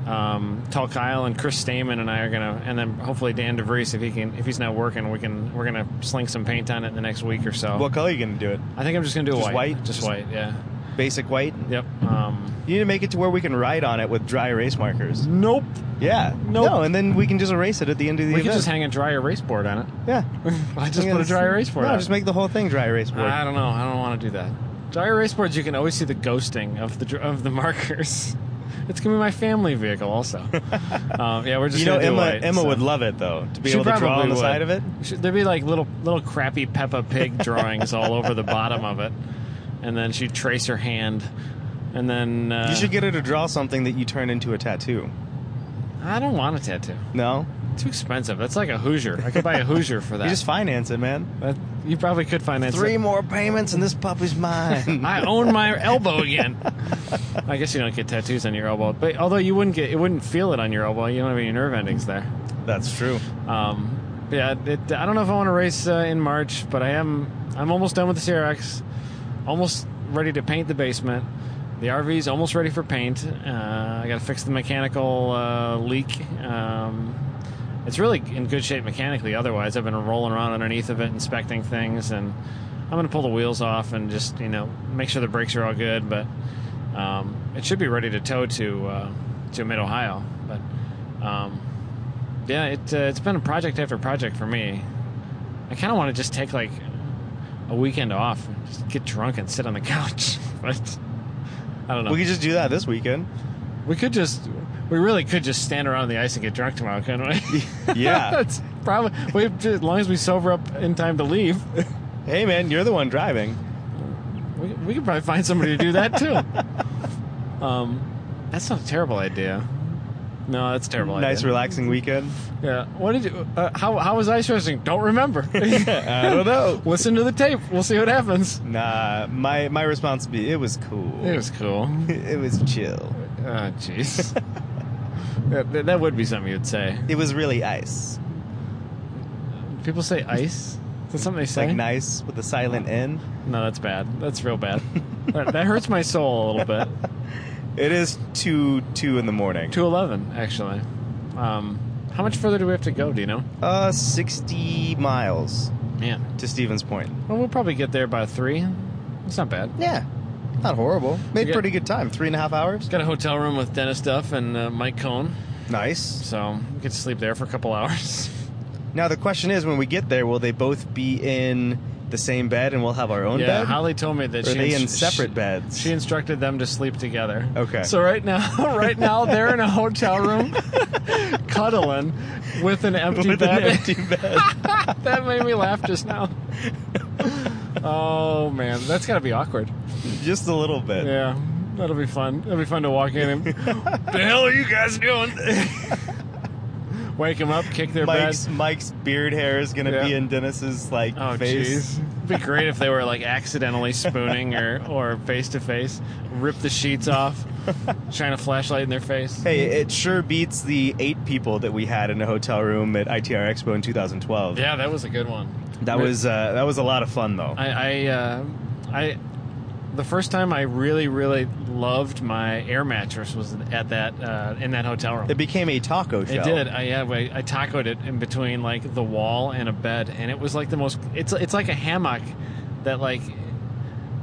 S2: Um, Tal Kyle and Chris Stamen and I are gonna, and then hopefully Dan DeVries, if he can, if he's not working, we can, we're gonna sling some paint on it in the next week or so.
S3: What color are you gonna do it?
S2: I think I'm just gonna do
S3: Just
S2: white,
S3: white?
S2: just
S3: Just-
S2: white, yeah.
S3: Basic white.
S2: Yep. Um,
S3: You need to make it to where we can write on it with dry erase markers.
S2: nope.
S3: Yeah.
S2: Nope.
S3: No, and then we can just erase it at the end of the
S2: We could
S3: event.
S2: just hang a dry erase board on it. [laughs]
S3: yeah.
S2: I just put a dry erase board
S3: No,
S2: on
S3: just
S2: it.
S3: make the whole thing dry erase board.
S2: I don't know. I don't want to do that. Dry erase boards, you can always see the ghosting of the dr- of the [laughs] markers. It's gonna be my family vehicle, also.
S3: [laughs]
S2: um, yeah, we're just
S3: you know,
S2: gonna do
S3: Emma.
S2: white,
S3: Emma
S2: so.
S3: would love it though to be
S2: She
S3: able to draw
S2: probably
S3: on the
S2: would.
S3: side of it.
S2: She- There'd be like little little crappy Peppa
S3: [laughs]
S2: Pig drawings all over the bottom of it, and then she'd trace her hand, and then uh,
S3: you should get her to draw something that you turn into a tattoo.
S2: I don't want a tattoo.
S3: No,
S2: Too expensive. That's like a Hoosier. I
S3: [laughs]
S2: could buy a Hoosier for that.
S3: you just finance it, man.
S2: That- you probably could finance
S3: Three
S2: it.
S3: more payments and this puppy's mine.
S2: I own my elbow again. I guess you don't get tattoos on your elbow, but although you wouldn't get, it wouldn't feel it on your elbow. You don't have any nerve endings there.
S3: [laughs] That's true.
S2: Um, yeah, it, I don't know if I want to race uh, in March, but I am. I'm almost done with the CRX. Almost ready to paint the basement. The RV's almost ready for paint. Uh, I got to fix the mechanical uh, leak. Um, it's really in good shape mechanically. Otherwise, I've been rolling around underneath of it, inspecting things, and I'm going to pull the wheels off and just you know make sure the brakes are all good. But um, it should be ready to tow to uh, to Mid Ohio. But um, yeah, it, uh, it's been a project after project for me. I kind of want to just take like a weekend off, and just get drunk and sit on the [laughs] couch. but I don't know.
S3: We
S2: We,
S3: could just do that this
S2: [laughs]
S3: weekend.
S2: could just, we really could just stand around on the ice and get drunk tomorrow, couldn't
S3: [laughs]
S2: we?
S3: Yeah.
S2: [laughs] That's probably we, as long as we sober up in time to leave.
S3: hey, man, you're the one driving.
S2: We, we could probably find somebody to do that too.
S3: [laughs]
S2: um, that's not a terrible idea. No, that's a terrible.
S3: Nice,
S2: idea.
S3: relaxing weekend. [laughs]
S2: Yeah. What did you? Uh, how how was ice racing? Don't
S3: [laughs]
S2: remember. [laughs]
S3: I don't know.
S2: Listen to the tape. We'll see what happens.
S3: Nah, my my response would be it was cool.
S2: It was cool.
S3: [laughs] It was chill.
S2: Oh,
S3: [laughs]
S2: jeez. Yeah, th- that would be something you'd say.
S3: It was really ice.
S2: People say ice. Is that something they
S3: It's
S2: say?
S3: like nice with a silent N.
S2: No, that's bad. That's real bad. that, that hurts my soul a little bit.
S3: It is two two in the morning.
S2: Two eleven, actually. Um, how much further do we have to go? Do you know?
S3: Uh, sixty miles
S2: Man.
S3: to Stevens Point.
S2: Well, we'll probably get there by three. It's not bad.
S3: Yeah, not horrible. Made
S2: Yeah.
S3: pretty good time. Three and a half hours.
S2: Got a hotel room with Dennis Duff and uh, Mike Cohn,
S3: Nice.
S2: so we could sleep there for a couple [laughs] hours.
S3: Now the question is, when we get there, will they both be in the same bed, and we'll have our own
S2: yeah,
S3: bed?
S2: Holly told me that
S3: Or are
S2: she
S3: they in
S2: ins-
S3: separate
S2: she-
S3: beds?
S2: She instructed them to sleep together.
S3: Okay.
S2: So right now, [laughs] right now they're in a hotel room, [laughs] cuddling with an
S3: [laughs]
S2: empty
S3: With an
S2: bed. [laughs]
S3: empty bed. [laughs]
S2: that made me laugh just now. oh man, that's gotta be awkward.
S3: Just a little bit.
S2: Yeah, that'll be fun. It'll be fun to walk in and the hell are you guys doing? [laughs] Wake them up, kick their beds.
S3: Mike's Mike's beard hair is gonna
S2: Yeah.
S3: be in Dennis's like
S2: Oh
S3: face.
S2: jeez. It'd be great if they were like accidentally spooning or or face to face, rip the sheets off, shine a flashlight in their face.
S3: Hey, it sure beats the eight people that we had in a hotel room at ITR Expo in 2012.
S2: Yeah, that was a good one.
S3: That was uh, that was a lot of fun though.
S2: I I, uh, I the first time I really really loved my air mattress was at that uh, in that hotel room.
S3: it became a taco shell.
S2: It did. I yeah, I, I tacoed it in between like the wall and a bed, and it was like the most. It's it's like a hammock that like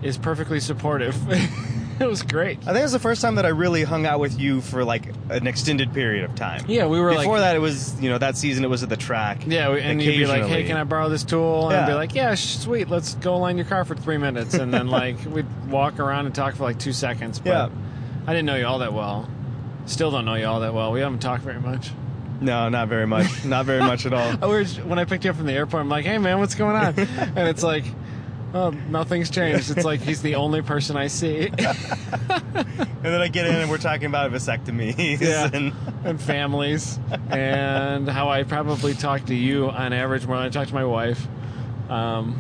S2: is perfectly supportive. [laughs] it was great.
S3: I think it was the first time that I really hung out with you for like an extended period of time.
S2: Yeah, we were
S3: Before
S2: like,
S3: that, it was you know that season it was at the track.
S2: Yeah, we- and you'd be like, "Hey,
S3: Occasionally.
S2: can I borrow this tool?" And I'd be
S3: Yeah.
S2: like, "Yeah, sh- sweet. Let's go line your car for three minutes." And then like [laughs] we'd walk around and talk for like two seconds. But
S3: Yeah.
S2: I didn't know you all that well. Still don't know you all that well. We haven't talked very much.
S3: No, not very
S2: [laughs]
S3: much. Not very much at all.
S2: I was, when I picked you up from the airport, I'm like, "Hey, man, what's
S3: [laughs]
S2: going on?" and it's like, "Oh, nothing's changed." It's like he's the only person
S3: [laughs]
S2: I see,
S3: And then I get in and we're talking about vasectomies.
S2: Yeah.
S3: [laughs] And
S2: [laughs] and families, and how I probably talk to you on average more than I talk to my wife.
S3: [laughs]
S2: Um,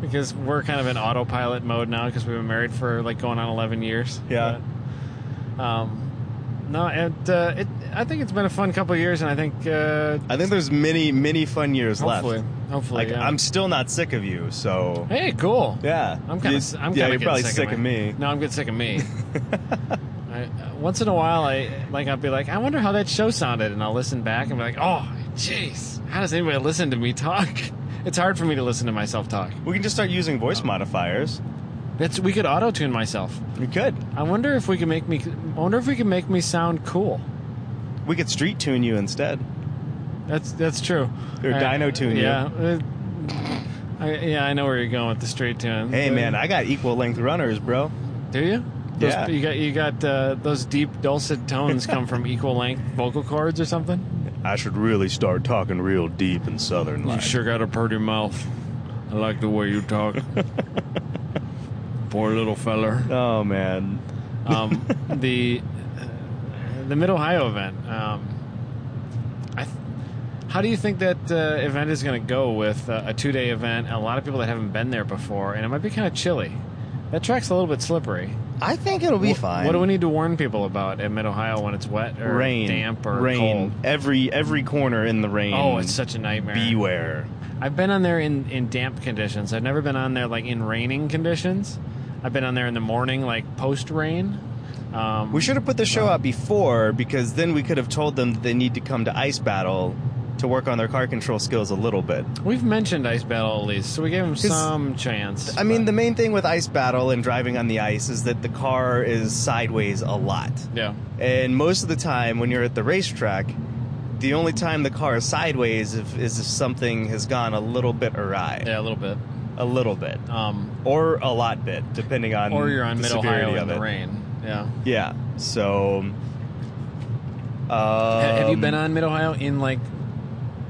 S2: because we're kind of in autopilot mode now because we've been married for like going on 11 years.
S3: Yeah.
S2: But, um, no, it, uh, it, I think it's been a fun couple of years, and I think uh,
S3: I think there's many many fun years
S2: hopefully,
S3: left.
S2: hopefully,
S3: Like
S2: yeah.
S3: I'm still not sick of you, so
S2: hey, cool.
S3: yeah.
S2: I'm kind of.
S3: You-
S2: I'm
S3: yeah.
S2: kind
S3: You're
S2: of
S3: probably
S2: sick,
S3: sick of
S2: my-
S3: me.
S2: No, I'm getting sick
S3: [laughs]
S2: of me. I, uh, once in a while, I like I'll be like, I wonder how that show sounded, and I'll listen back and be like, oh, jeez, how does anybody listen to me talk? [laughs] It's hard for me to listen to myself talk.
S3: We can just start using
S2: Oh.
S3: voice modifiers.
S2: That's we could auto tune myself.
S3: We could.
S2: I wonder if we can make me. I wonder if we can make me sound cool.
S3: We could street tune you instead.
S2: That's that's true.
S3: Or
S2: Uh,
S3: dyno tune you.
S2: Yeah. uh, I, yeah, I know where you're going with the straight tune.
S3: Hey
S2: Uh,
S3: man, I got equal length runners, bro.
S2: Do you? Those,
S3: Yeah.
S2: You got you got uh, those deep dulcet tones come [laughs] from equal length vocal cords or something.
S3: I should really start talking real deep and southern like.
S2: got a pretty mouth. I like the way you [laughs] talk. Poor little feller.
S3: Oh man.
S2: Um, the uh, the Mid Ohio event. Um, I th- how do you think that uh, event is going to go with uh, a two day event? and A lot of people that haven't been there before, and it might be kind of chilly. That track's a little bit slippery.
S3: I think it'll be
S2: Wh-
S3: fine.
S2: What do we need to warn people about at Mid Ohio when it's wet or
S3: rain,
S2: damp or
S3: rain.
S2: cold?
S3: Every every corner in the rain.
S2: Oh, it's such a nightmare.
S3: beware.
S2: I've been on there in, in damp conditions. I've never been on there like in raining conditions. I've been on there in the morning, like post rain. Um,
S3: We should have put the show out before because then we could have told them that they need to come to Ice Battle to work on their car control skills a little bit.
S2: We've mentioned Ice Battle at least, so we gave them
S3: 'Cause-
S2: some chance.
S3: I mean, the main thing with Ice Battle and driving on the ice is that the car is sideways a lot.
S2: yeah,
S3: And most of the time when you're at the racetrack, the only time the car is sideways if, is if something has gone a little bit awry.
S2: yeah, a little bit.
S3: A little bit.
S2: Um,
S3: Or a lot bit, depending on
S2: or you're on
S3: the
S2: Mid
S3: severity
S2: Ohio in
S3: of
S2: the
S3: it.
S2: rain. Yeah.
S3: Yeah. So.
S2: Ha- Have you been
S3: um,
S2: on Mid Ohio in like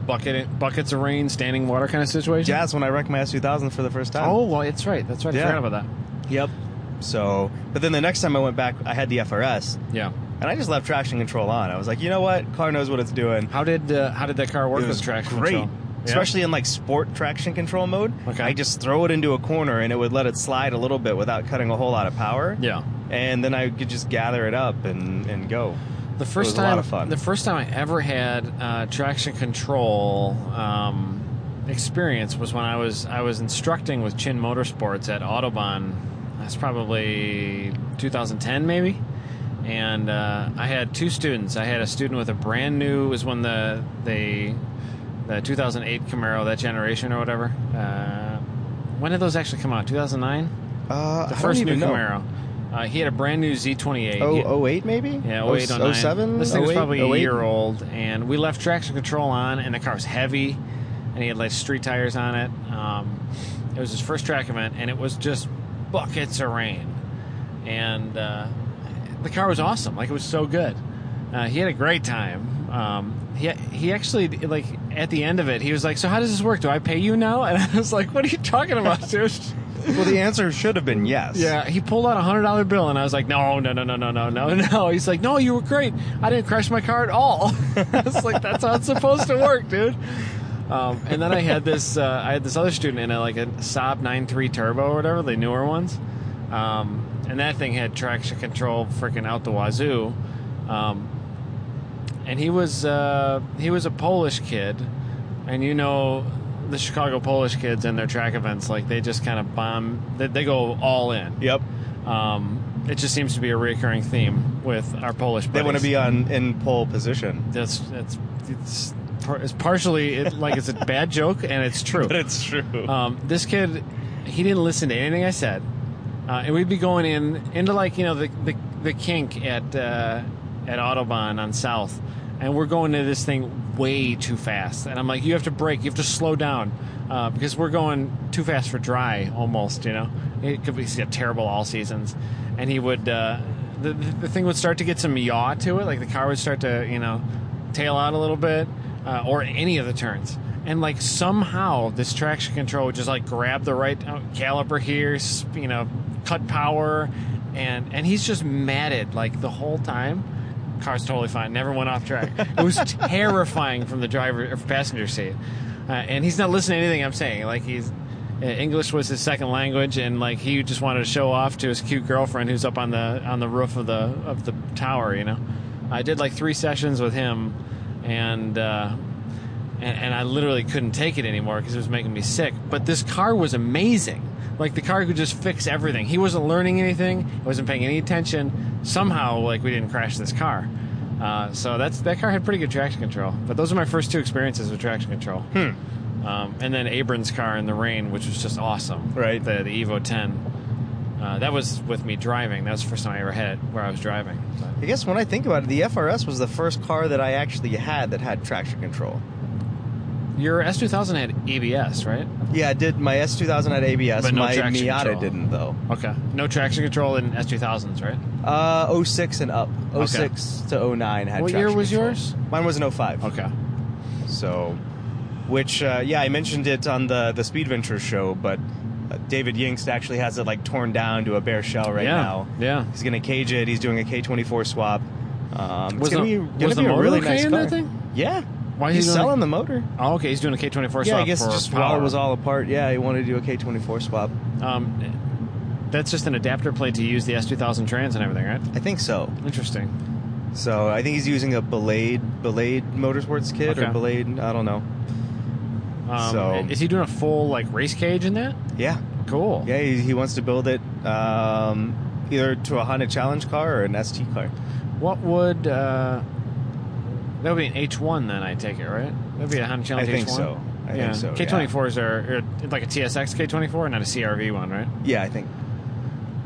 S2: bucket buckets of rain, standing water kind of situation?
S3: Yeah, that's when I wrecked my S2000 for the first time.
S2: Oh, well, it's right. That's right. I
S3: Yeah.
S2: forgot about that.
S3: Yep. So, but then the next time I went back, I had the FRS,
S2: Yeah.
S3: and I just left traction control on. I was like, you know what, car knows what it's doing.
S2: How did uh, how did that car work
S3: it was
S2: with traction
S3: great,
S2: control? Yeah.
S3: especially in like sport traction control mode.
S2: Okay.
S3: I just throw it into a corner, and it would let it slide a little bit without cutting a whole lot of power.
S2: Yeah.
S3: And then I could just gather it up and and go.
S2: The first
S3: was a
S2: time,
S3: lot of fun.
S2: the first time I ever had uh, traction control um, experience was when I was I was instructing with Chin Motorsports at Autobahn. That's probably 2010, maybe. And uh, I had two students. I had a student with a brand new. It was when the they the 2008 Camaro, that generation or whatever. Uh, When did those actually come out? 2009?
S3: Uh,
S2: The first new Camaro. Uh, he had a brand new Z28. He-
S3: Oh, 08 maybe?
S2: Yeah, 08, 09.
S3: 07?
S2: This thing was
S3: 08?
S2: probably
S3: 08?
S2: a year old, and we left traction control on, and the car was heavy, and he had like street tires on it. Um, it was his first track event, and it was just buckets of rain, and uh, the car was awesome. Like it was so good. Uh, he had a great time. Um, he he actually like at the end of it, he was like, "So how does this work? Do I pay you now?" [laughs] And I was like, "What are you talking about, dude?"
S3: Well, [laughs] the answer should have been yes.
S2: Yeah, he pulled out a hundred dollar bill, and I was like, "No, no, no, no, no, no, no, [laughs] no." He's like, "No, you were great. I didn't crash my car at all." [laughs] I was like, "That's how it's supposed to work, dude." Um, and then I had this, uh, I had this other student in a, like a Saab 9.3 Turbo or whatever, the newer ones, um, and that thing had traction control freaking out the wazoo. Um, and he was uh, he was a Polish kid, and you know the Chicago Polish kids and their track events, like they just kind of bomb, they, they go all in.
S3: Yep.
S2: Um, it just seems to be a recurring theme with our Polish.
S3: They want to
S2: buddies.
S3: be on in pole
S2: [laughs]
S3: position.
S2: That's that's it's, par- it's partially it, like it's a bad joke and it's true.
S3: But it's true.
S2: [laughs] Um, this kid, he didn't listen to anything I said, uh, and we'd be going in into like you know the the, the kink at uh, at Autobahn on South, and we're going to this thing way too fast, and I'm like, you have to brake, you have to slow down, uh, because we're going too fast for dry almost, you know. It could be he's got terrible all seasons, and he would. Uh, the, the the thing would start to get some yaw to it, like the car would start to, you know, tail out a little bit, uh, or any of the turns. And like somehow this traction control would just like grab the right uh, caliper here, s- you know, cut power, and and he's just matted like the whole time. Car's totally fine, never went off track. It was terrifying from the driver or passenger seat, uh, and he's not listening to anything I'm saying. Like he's. uh, English was his second language, and like he just wanted to show off to his cute girlfriend who's up on the on the roof of the of the tower, you know. I did like three sessions with him, and uh, and, and I literally couldn't take it anymore because it was making me sick. But this car was amazing. Like the car could just fix everything. He wasn't learning anything. I wasn't paying any attention. Somehow, like we didn't crash this car. Uh, so that's that car had pretty good traction control. But those are my first two experiences with traction control. Um, and then Abram's car in the rain, which was just awesome.
S3: Right.
S2: The, the Evo 10. Uh, that was with me driving. That was the first time I ever had it where I was driving. But-
S3: I guess when I think about it, the FRS was the first car that I actually had that had traction control.
S2: Your S2000 had ABS, right?
S3: Yeah, I did my S2000 had ABS.
S2: But no
S3: my
S2: traction
S3: Miata
S2: control.
S3: didn't though.
S2: Okay. No traction control in S2000s, right?
S3: Uh, 06 and up.
S2: Okay.
S3: 06 to 09 had
S2: What year
S3: traction
S2: was
S3: control.
S2: yours?
S3: Mine was an 05.
S2: Okay.
S3: So, which uh, yeah, I mentioned it on the the Speed Venture show, but uh, David Yingst actually has it like torn down to a bare shell right
S2: yeah.
S3: now.
S2: Yeah.
S3: He's gonna cage it. He's doing a K twenty four swap. Um, it's
S2: Was
S3: gonna
S2: the-
S3: be, gonna
S2: was
S3: be
S2: the
S3: a
S2: motor
S3: really
S2: okay
S3: nice
S2: in that
S3: car.
S2: thing?
S3: Yeah.
S2: Why is
S3: he's
S2: he doing
S3: selling the motor?
S2: Oh, okay. He's doing a K24 swap.
S3: Yeah, I guess
S2: for
S3: just
S2: power.
S3: while it was all apart, yeah, he wanted to do a K twenty four swap.
S2: Um, that's just an adapter plate to use the S2000 trans and everything, right?
S3: I think so.
S2: Interesting.
S3: So I think he's using a Belade Belade Motorsports kit or
S2: Okay.
S3: Belade. I don't know.
S2: Um,
S3: So-
S2: is he doing a full like race cage in that?
S3: Yeah,
S2: Cool.
S3: yeah, he, he wants to build it um, either to a Honda Challenge car or an ST car.
S2: What would uh, that would be an H1 then? I take it right? That'd be a Honda Challenge
S3: I think
S2: H1.
S3: so. I
S2: yeah.
S3: think so. yeah.
S2: K24s are, are like a TSX K24, not a CRV one, right?
S3: Yeah, I think.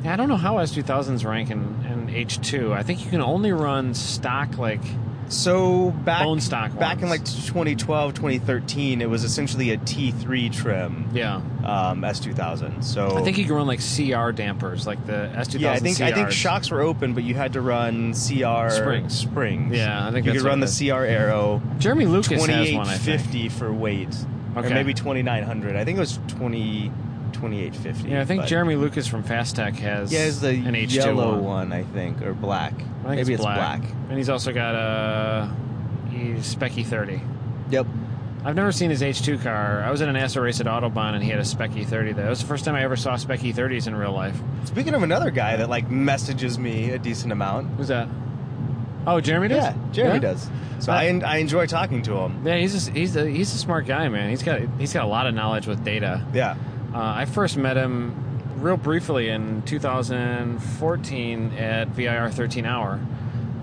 S2: Yeah, I don't know how S2000s rank in, in H2. I think you can only run stock like
S3: So back
S2: Bone stock
S3: back in
S2: ones.
S3: like 2012, 2013, it was essentially a T3 trim
S2: yeah.
S3: um, S2000. So
S2: I think you can run like CR dampers, like the S2000.
S3: yeah, I think I think
S2: CRs.
S3: shocks were open, but you had to run CR
S2: Springs.
S3: Springs.
S2: Yeah, I think
S3: you
S2: that's
S3: could
S2: what
S3: run
S2: it
S3: the
S2: is.
S3: CR Arrow
S2: Jeremy Lucas has one. I think.
S3: 2850 for weight, or
S2: Okay.
S3: maybe 2900. I think it was 20 2850.
S2: Yeah, I think
S3: but-
S2: Jeremy Lucas from Fast Tech has
S3: Yeah, it's the
S2: an H2
S3: yellow
S2: one.
S3: one, I think, or black.
S2: I think
S3: maybe it's black.
S2: And he's also got a Specky 30.
S3: Yep.
S2: I've never seen his H2 car. I was in an ASA race at Autobahn and he had a Specky 30 there. That was the first time I ever saw Specky 30s in real life.
S3: Speaking of another guy that like messages me a decent amount,
S2: Who's that? Oh, Jeremy does?
S3: Yeah, Jeremy does. So
S2: Uh,
S3: I, en- I enjoy talking to him.
S2: Yeah, he's a, he's a, he's a smart guy, man. He's got he's got a lot of knowledge with data.
S3: Yeah.
S2: Uh, I first met him real briefly in 2014 at VIR 13 Hour.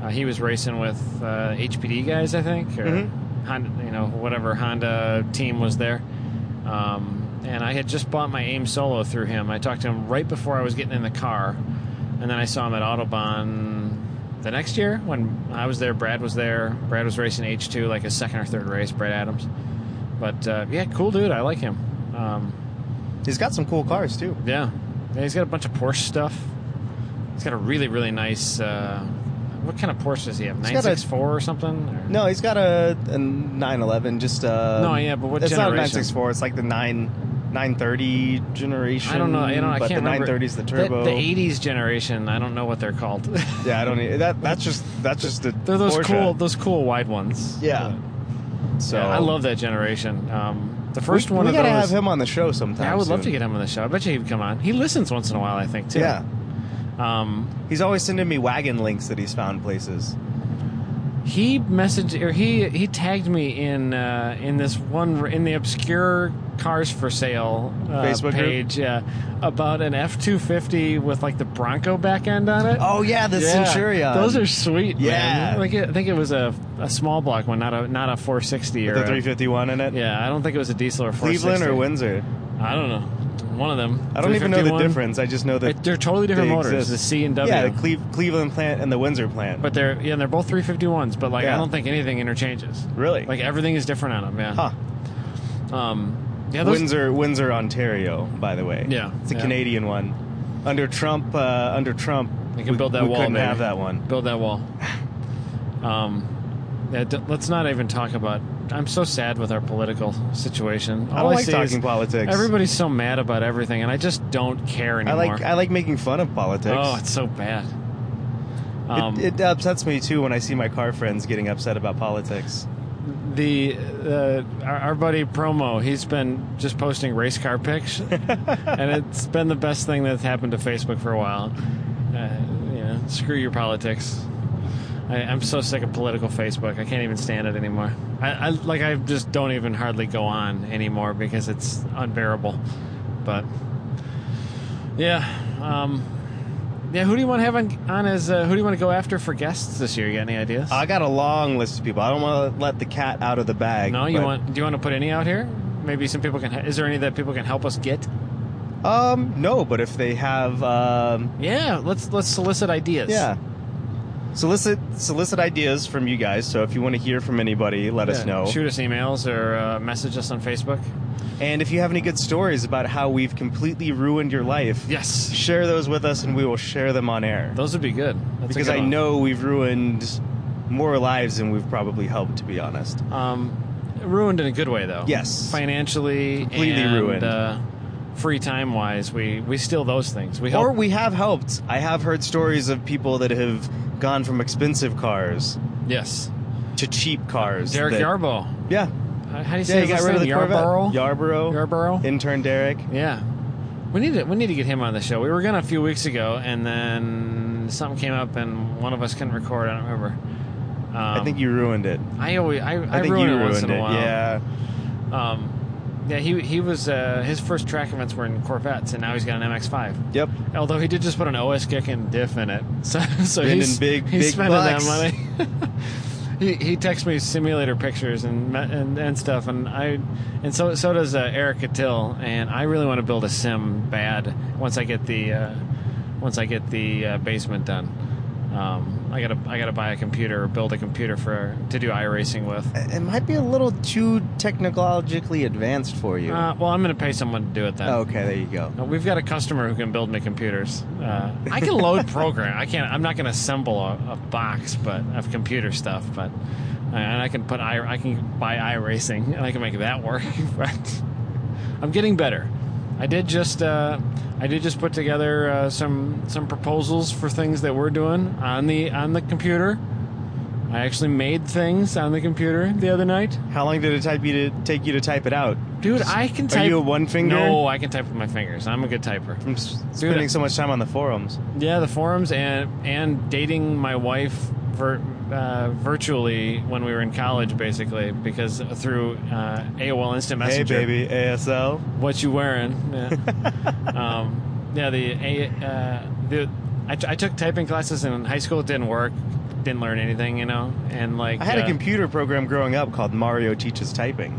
S2: Uh, he was racing with uh, HPD guys, I think, or
S3: Mhm.
S2: Honda, you know, whatever Honda team was there. Um, and I had just bought my AIM Solo through him. I talked to him right before I was getting in the car, and then I saw him at Autobahn the next year when I was there. Brad was there. Brad was racing H2, like his second or third race, Brad Adams. But uh, yeah, cool dude. I like him. Um,
S3: He's got some cool cars too.
S2: yeah. yeah, he's got a bunch of Porsche stuff. He's got a really, really nice. Uh, what kind of Porsche does he have?
S3: He's got a-
S2: 964 or something? Or-
S3: No, he's got a, a 911. Just uh,
S2: No, yeah, but what
S3: it's not a
S2: generation?
S3: 964. It's like the nine 930 generation.
S2: I don't know. You know, I
S3: but
S2: can't
S3: the
S2: remember.
S3: 930 is the
S2: That-
S3: turbo.
S2: The, 80s generation. I don't know what they're called. [laughs] they're
S3: Yeah, I don't. e- That that's just that's just the.
S2: those
S3: Porsche.
S2: cool, those cool wide ones.
S3: Yeah. So
S2: Yeah, I love that generation. Um, the first
S3: we,
S2: one
S3: We
S2: of
S3: gotta
S2: those.
S3: have him on the show sometime.
S2: Yeah, I would love
S3: soon.
S2: to get him on the show. I bet you he'd come on. He listens once in a while, I think too.
S3: Yeah,
S2: Um,
S3: he's always sending me wagon links that he's found places.
S2: he messaged or he he tagged me in uh, in this one in the obscure cars for sale uh,
S3: Facebook group?
S2: page yeah, about an F two fifty with like the Bronco back end on it.
S3: Oh yeah, the
S2: Yeah.
S3: Centurion.
S2: Those are sweet.
S3: Yeah.
S2: man. like I think it was a, a small block one, not a not a 460 or
S3: with the
S2: a-
S3: 351 in it.
S2: Yeah, I don't think it was a diesel or 460.
S3: Cleveland or Windsor.
S2: I don't know. One of them.
S3: I don't even know the
S2: 351.
S3: difference. I just know that
S2: It- they're totally different
S3: they
S2: motors.
S3: exist.
S2: The C and W.
S3: Yeah, the Cleve- Cleveland plant and the Windsor plant.
S2: but they're yeah, and they're both 351s. But like,
S3: Yeah.
S2: I don't think anything interchanges.
S3: really,
S2: Like everything is different on them. Yeah.
S3: huh?
S2: Um. Yeah. Those,
S3: Windsor, Windsor, Ontario. By the way,
S2: Yeah,
S3: it's a
S2: yeah.
S3: Canadian one. Under Trump, uh, under Trump,
S2: They can
S3: we,
S2: build that
S3: we
S2: wall,
S3: Couldn't
S2: maybe.
S3: have that one.
S2: build that wall. Um, yeah, d- let's not even talk about. I'm so sad with our political situation. All
S3: I don't like
S2: see is
S3: talking politics.
S2: Everybody's so mad about everything, and I just don't care
S3: I
S2: anymore.
S3: like I like making fun of politics.
S2: oh, it's so bad. Um,
S3: it, it upsets me too when I see my car friends getting upset about politics.
S2: the uh, our, our buddy promo he's been just posting race car pics and it's been the best thing that's happened to facebook for a while uh, you know screw your politics I, i'm so sick of political facebook i can't even stand it anymore I, I like i just don't even hardly go on anymore because it's unbearable but yeah um yeah, who do you want to have on, on as uh, who do you want to go after for guests this year? You got any ideas?
S3: I got a long list of people. I don't want to let the cat out of the bag.
S2: No, you
S3: but-
S2: want? Do you want to put any out here? Maybe some people can. Is there any that people can help us get?
S3: Um, no, but if they have, um,
S2: Yeah, let's let's solicit ideas.
S3: yeah, solicit solicit ideas from you guys. So if you want to hear from anybody, let
S2: Yeah,
S3: us know.
S2: Shoot us emails or uh, message us on Facebook.
S3: And if you have any good stories about how we've completely ruined your life,
S2: Yes,
S3: share those with us, and we will share them on air.
S2: those would be good. That's a
S3: because
S2: good
S3: I
S2: one.
S3: know we've ruined more lives than we've probably helped. To be honest,
S2: um, ruined in a good way though.
S3: Yes.
S2: financially,
S3: Completely
S2: and,
S3: ruined.
S2: Uh, free time wise, we we steal those things. We help.
S3: or we have helped. I have heard stories of people that have gone from expensive cars
S2: yes,
S3: to cheap cars.
S2: Derek
S3: that-
S2: Yarbo.
S3: Yeah.
S2: How do you say
S3: Yeah, he
S2: his
S3: got
S2: last
S3: rid of the
S2: name?
S3: Corvette.
S2: Yarborough.
S3: Yarborough.
S2: Yarborough?
S3: Intern Derek.
S2: Yeah. We need to we need to get him on the show. We were gonna a few weeks ago, and then something came up, and one of us couldn't record. I don't remember. Um,
S3: I think you ruined it.
S2: I always I, I,
S3: I, think
S2: ruin
S3: you
S2: it
S3: ruined
S2: once in a
S3: it.
S2: while.
S3: Yeah.
S2: Um, yeah. He he was uh, his first track events were in Corvettes, and now he's got an MX-5.
S3: Yep.
S2: Although he did just put an OS kick and diff in it, [laughs] so so
S3: Spending
S2: he's
S3: big,
S2: he's
S3: big
S2: spending
S3: bucks.
S2: that money. [laughs] he he texts me simulator pictures and me- and, and stuff, and I and so so does uh, Eric Attil, and I really want to build a sim bad once I get the uh, once I get the uh, basement done. Um, I gotta I gotta buy a computer, or build a computer for to do iRacing with.
S3: It might be a little too technologically advanced for you. Oh,
S2: Uh, well, I'm gonna pay someone to do it then.
S3: okay, there you go.
S2: Uh, We've got a customer who can build me computers. Uh, I can [laughs] load program. I can't. I'm not going to assemble a, a box, but of computer stuff. But and I can put i. I can buy iRacing and I can make that work. [laughs] But I'm getting better. I did just. Uh, I did just put together uh, some some proposals for things that we're doing on the on the computer. I actually made things on the computer the other night.
S3: How long did it type you to take you to type it out?
S2: Dude, I can type.
S3: you a one finger?
S2: No, I can type with my fingers. I'm a good typer.
S3: I'm s- spending so much time on the forums.
S2: Yeah, the forums and and dating my wife vir, uh, virtually when we were in college, basically because through uh, AOL Instant Messenger.
S3: Hey, baby, ASL.
S2: what you wearing?
S3: [laughs]
S2: Yeah, um, yeah the a, uh, the I, t- I took typing classes in high school. It didn't work. Didn't learn anything, you know. And like
S3: I had
S2: uh,
S3: a computer program growing up called Mario Teaches Typing.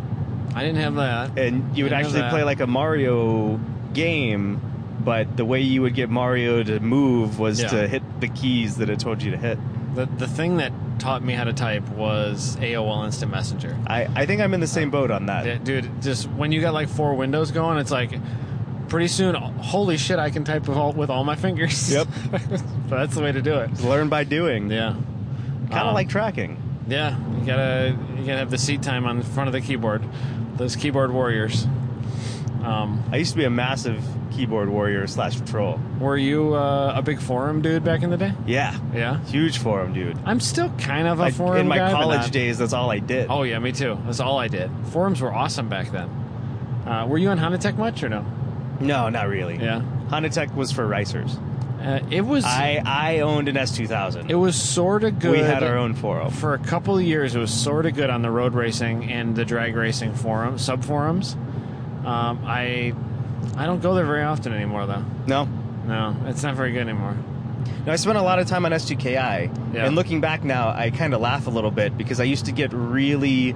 S2: I didn't have that.
S3: and you would
S2: I know
S3: actually
S2: that.
S3: play like a Mario game, but the way you would get Mario to move was
S2: Yeah.
S3: to hit the keys that it told you to hit.
S2: The, the thing that taught me how to type was AOL Instant Messenger.
S3: I, I think I'm in the same boat on that.
S2: Uh, Yeah, Dude, just when you got like four windows going, it's like pretty soon, holy shit, I can type with all, with all my fingers.
S3: Yep.
S2: [laughs] but that's the way to do it.
S3: Learn by doing.
S2: Yeah.
S3: Kind of
S2: Um,
S3: like tracking.
S2: Yeah, you gotta you gotta have the seat time on the front of the keyboard. Those keyboard warriors. Um,
S3: I used to be a massive keyboard warrior slash troll.
S2: were you uh, a big forum dude back in the day?
S3: Yeah.
S2: Yeah,
S3: Huge forum, dude.
S2: I'm still kind of a
S3: Like,
S2: forum
S3: in my
S2: guy, but
S3: college
S2: not-
S3: days, that's all I did.
S2: Oh yeah, me too. That's all I did. Forums were awesome back then. Uh, were you on Hanatech much or no?
S3: No, not really.
S2: Yeah,
S3: Hanatech was for ricers.
S2: uh, it was.
S3: I, I owned an S2000.
S2: it was sort of good.
S3: we had our own forum.
S2: for a couple of years, it was sort of good on the road racing and the drag racing forum sub forums. Um, I I don't go there very often anymore though.
S3: No,
S2: No, it's not very good anymore.
S3: Now, I spent a lot of time on S2KI,
S2: Yeah.
S3: and looking back now, I kind of laugh a little bit because I used to get really,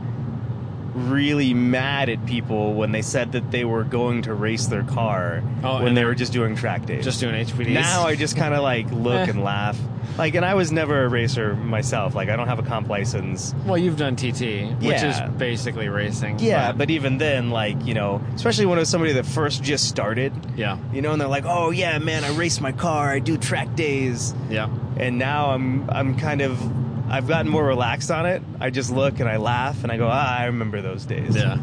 S3: really mad at people when they said that they were going to race their car
S2: Oh,
S3: when
S2: and
S3: they were just doing track days.
S2: Just doing HPDs.
S3: now I just kind of like look
S2: Eh.
S3: and laugh. Like, and I was never a racer myself. Like, I don't have a comp license.
S2: well, you've done TT, which
S3: Yeah.
S2: is basically racing.
S3: Yeah, Uh, but even then, like, you know, especially when it was somebody that first just started,
S2: yeah,
S3: you know, and they're like, oh, yeah, man, I race my car, I do track days.
S2: yeah,
S3: and now I'm I'm kind of I've gotten more relaxed on it. I just look and I laugh and I go, ah, I remember those days.
S2: yeah.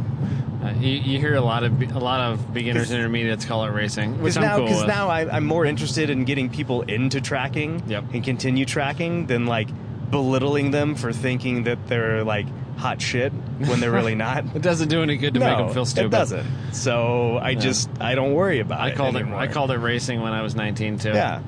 S2: Uh, you, you hear a lot of be- a lot of beginners intermediates call it racing, which
S3: Because
S2: I'm
S3: now,
S2: cool
S3: cause
S2: with.
S3: now I, I'm more interested in getting people into tracking
S2: Yep.
S3: and continue tracking than like belittling them for thinking that they're like hot shit when they're
S2: [laughs]
S3: really not.
S2: it doesn't do any good to make
S3: No,
S2: them feel stupid.
S3: It doesn't. So I just I don't worry about
S2: I
S3: it.
S2: called
S3: anymore.
S2: it I called it racing when I was 19 too.
S3: Yeah.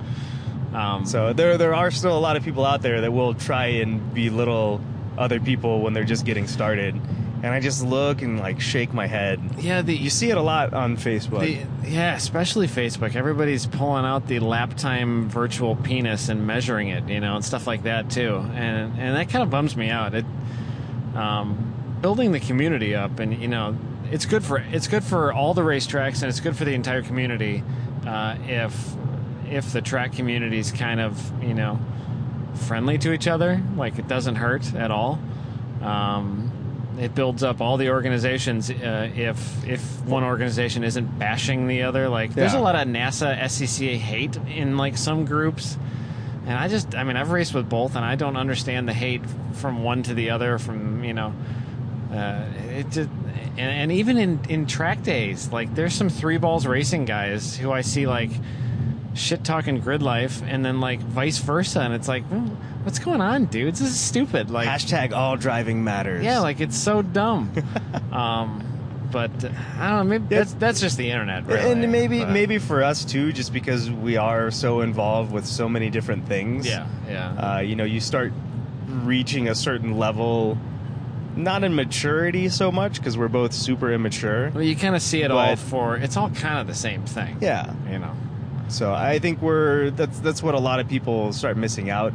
S2: Um,
S3: So there there are still a lot of people out there that will try and belittle other people when they're just getting started. And I just look and like shake my head.
S2: yeah, the
S3: You see it a lot on Facebook.
S2: The, yeah, especially Facebook. Everybody's pulling out the lap time virtual penis and measuring it, you know, and stuff like that too. And and that kind of bums me out. It um, building the community up, and you know, it's good for it's good for all the racetracks, and it's good for the entire community. Uh, if if the track community's kind of you know friendly to each other, like it doesn't hurt at all. Um, it builds up all the organizations. Uh, if if one organization isn't bashing the other, like there's a
S3: Yeah.
S2: lot of NASA SCCA hate in like some groups, and I just I mean I've raced with both, and I don't understand the hate from one to the other. From you know, uh, it just and, and even in in track days, like there's some three balls racing guys who I see like shit talking grid life and then like vice versa and it's like "Hmm, what's going on dudes this is stupid like
S3: Hashtag all driving matters.
S2: yeah like it's
S3: [laughs]
S2: so dumb um but i don't know maybe that's that's just the internet really
S3: and maybe
S2: but-
S3: maybe for us too, just because we are so involved with so many different things.
S2: yeah yeah
S3: Uh, you know, you start reaching a certain level, not in maturity so much because we're both super immature.
S2: well you kind of see it all
S3: but-
S2: for it's all kind of the same thing
S3: Yeah.
S2: you know
S3: So I think we're that's that's what a lot of people start missing out.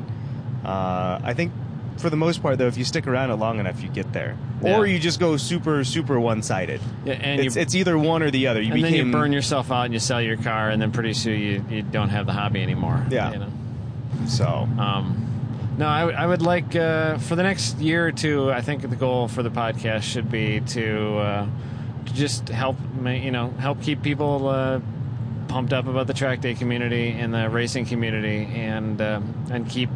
S3: Uh, I think for the most part, though, if you stick around it long enough, you get there, or
S2: Yeah.
S3: you just go super super one sided.
S2: yeah, and
S3: It's,
S2: you
S3: it's either one or the other. You
S2: and
S3: became
S2: then you burn yourself out and you sell your car and then pretty soon you, you don't have the hobby anymore
S3: Yeah.
S2: you know
S3: so
S2: Um, no, I, would- I would like uh, for the next year or two. I think the goal for the podcast should be to, uh, to just help ma- you know help keep people uh, pumped up about the track day community and the racing community, and um and keep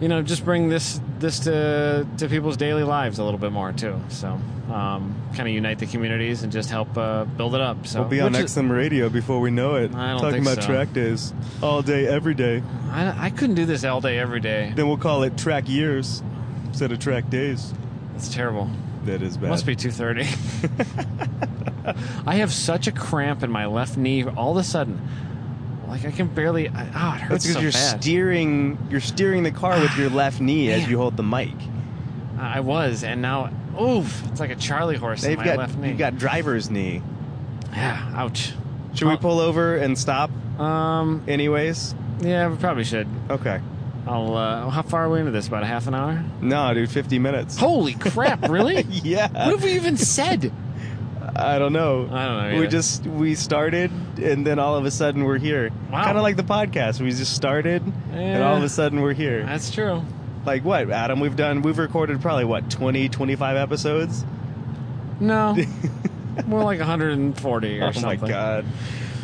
S2: you know just bring this this to to people's daily lives a little bit more too. So um, kind of unite the communities and just help uh, build it up. So
S3: we'll be on
S2: which is-
S3: XM Radio before we know it.
S2: I don't
S3: talking
S2: think
S3: about
S2: so.
S3: track days all day, every day.
S2: I, I couldn't do this all day every day.
S3: Then we'll call it track years instead of track days.
S2: It's terrible.
S3: That is bad.
S2: Must be two thirty. [laughs] I have such a cramp in my left knee all of a sudden. Like I can barely. I, oh, it
S3: That's
S2: hurts
S3: because
S2: so
S3: you're
S2: bad.
S3: steering you're steering the car with your left knee as
S2: Man.
S3: you hold the mic.
S2: I I was, and now, oof! It's like a Charlie horse
S3: They've
S2: in my
S3: got
S2: left knee.
S3: you've got driver's knee.
S2: yeah, ouch. Oh.
S3: Should we pull over and stop
S2: Um,
S3: anyways?
S2: yeah, we probably should.
S3: Okay.
S2: Um, I'll. Uh, how far are we into this? About a half an hour.
S3: No, dude, 50 minutes.
S2: Holy crap! Really? What
S3: [laughs] yeah.
S2: have we
S3: [laughs]
S2: even said?
S3: I don't know.
S2: I don't know
S3: We
S2: either.
S3: just we started and then all of a sudden we're here.
S2: Wow.
S3: Kind of like the podcast. We just started and
S2: Yeah.
S3: all of a sudden we're here.
S2: That's true.
S3: like what, Adam? We've done we've recorded probably what 20, 25 episodes. [laughs]
S2: No. More like 140 or
S3: oh
S2: something.
S3: my god.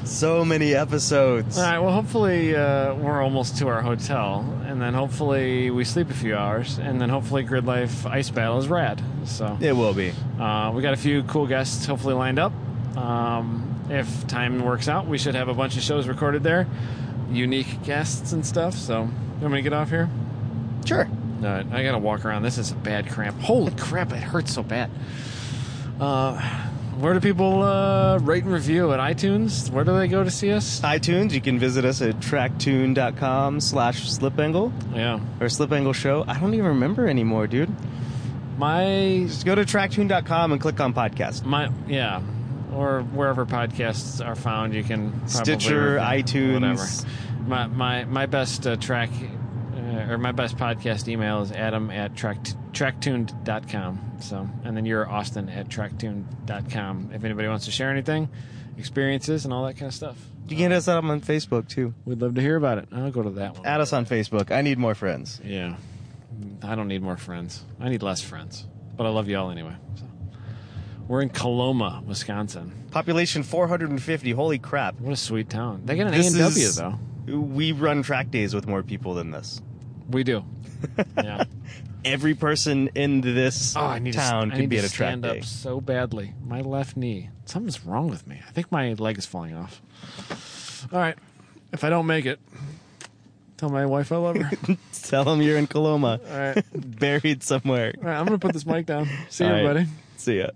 S3: So many episodes.
S2: All right. Well, hopefully uh, we're almost to our hotel, and then hopefully we sleep a few hours, and then hopefully Grid Life Ice Battle is rad. So
S3: It will be.
S2: uh, we got a few cool guests hopefully lined up. Um, if time works out, we should have a bunch of shows recorded there, unique guests and stuff. So you want me to get off here?
S3: Sure.
S2: All right, I gotta walk around. This is a bad cramp. Holy [laughs] crap! It hurts so bad. Uh, where do people uh, rate and review at iTunes? Where do they go to see us?
S3: iTunes, you can visit us at tracktune.com slash slipangle
S2: Yeah.
S3: or slipangle show. I don't even remember anymore, dude.
S2: My
S3: Just go to tracktune.com and click on podcast.
S2: my yeah, or wherever podcasts are found, you can probably
S3: Stitcher,
S2: review-
S3: iTunes.
S2: whatever. My my my best uh, track uh, or my best podcast email is Adam at track tracktuned.com. So and then you're Austin at tracktuned.com. If anybody wants to share anything, experiences and all that kind of stuff,
S3: You can hit us up on Facebook too.
S2: we'd love to hear about it. I'll go to that one.
S3: Add us on Facebook. I need more friends.
S2: Yeah, I don't need more friends. I need less friends, but I love y'all anyway. So. We're in Coloma, Wisconsin.
S3: Population 450. Holy crap.
S2: What a sweet town. They get an A
S3: This
S2: and W
S3: is-
S2: though.
S3: We run track days with more people than this.
S2: We [laughs] do. Yeah.
S3: Every person in this
S2: Oh, I need
S3: town
S2: to, I
S3: could
S2: need
S3: be
S2: to
S3: at a track
S2: stand
S3: day.
S2: up so badly. My left knee. Something's wrong with me. I think my leg is falling off. All right. If I don't make it, tell my wife I love [laughs] her.
S3: Tell them you're in
S2: [laughs]
S3: Coloma,
S2: All right. All
S3: buried somewhere.
S2: right. I'm gonna put this mic down. See you,
S3: All right.
S2: everybody.
S3: See ya.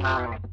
S5: Bye.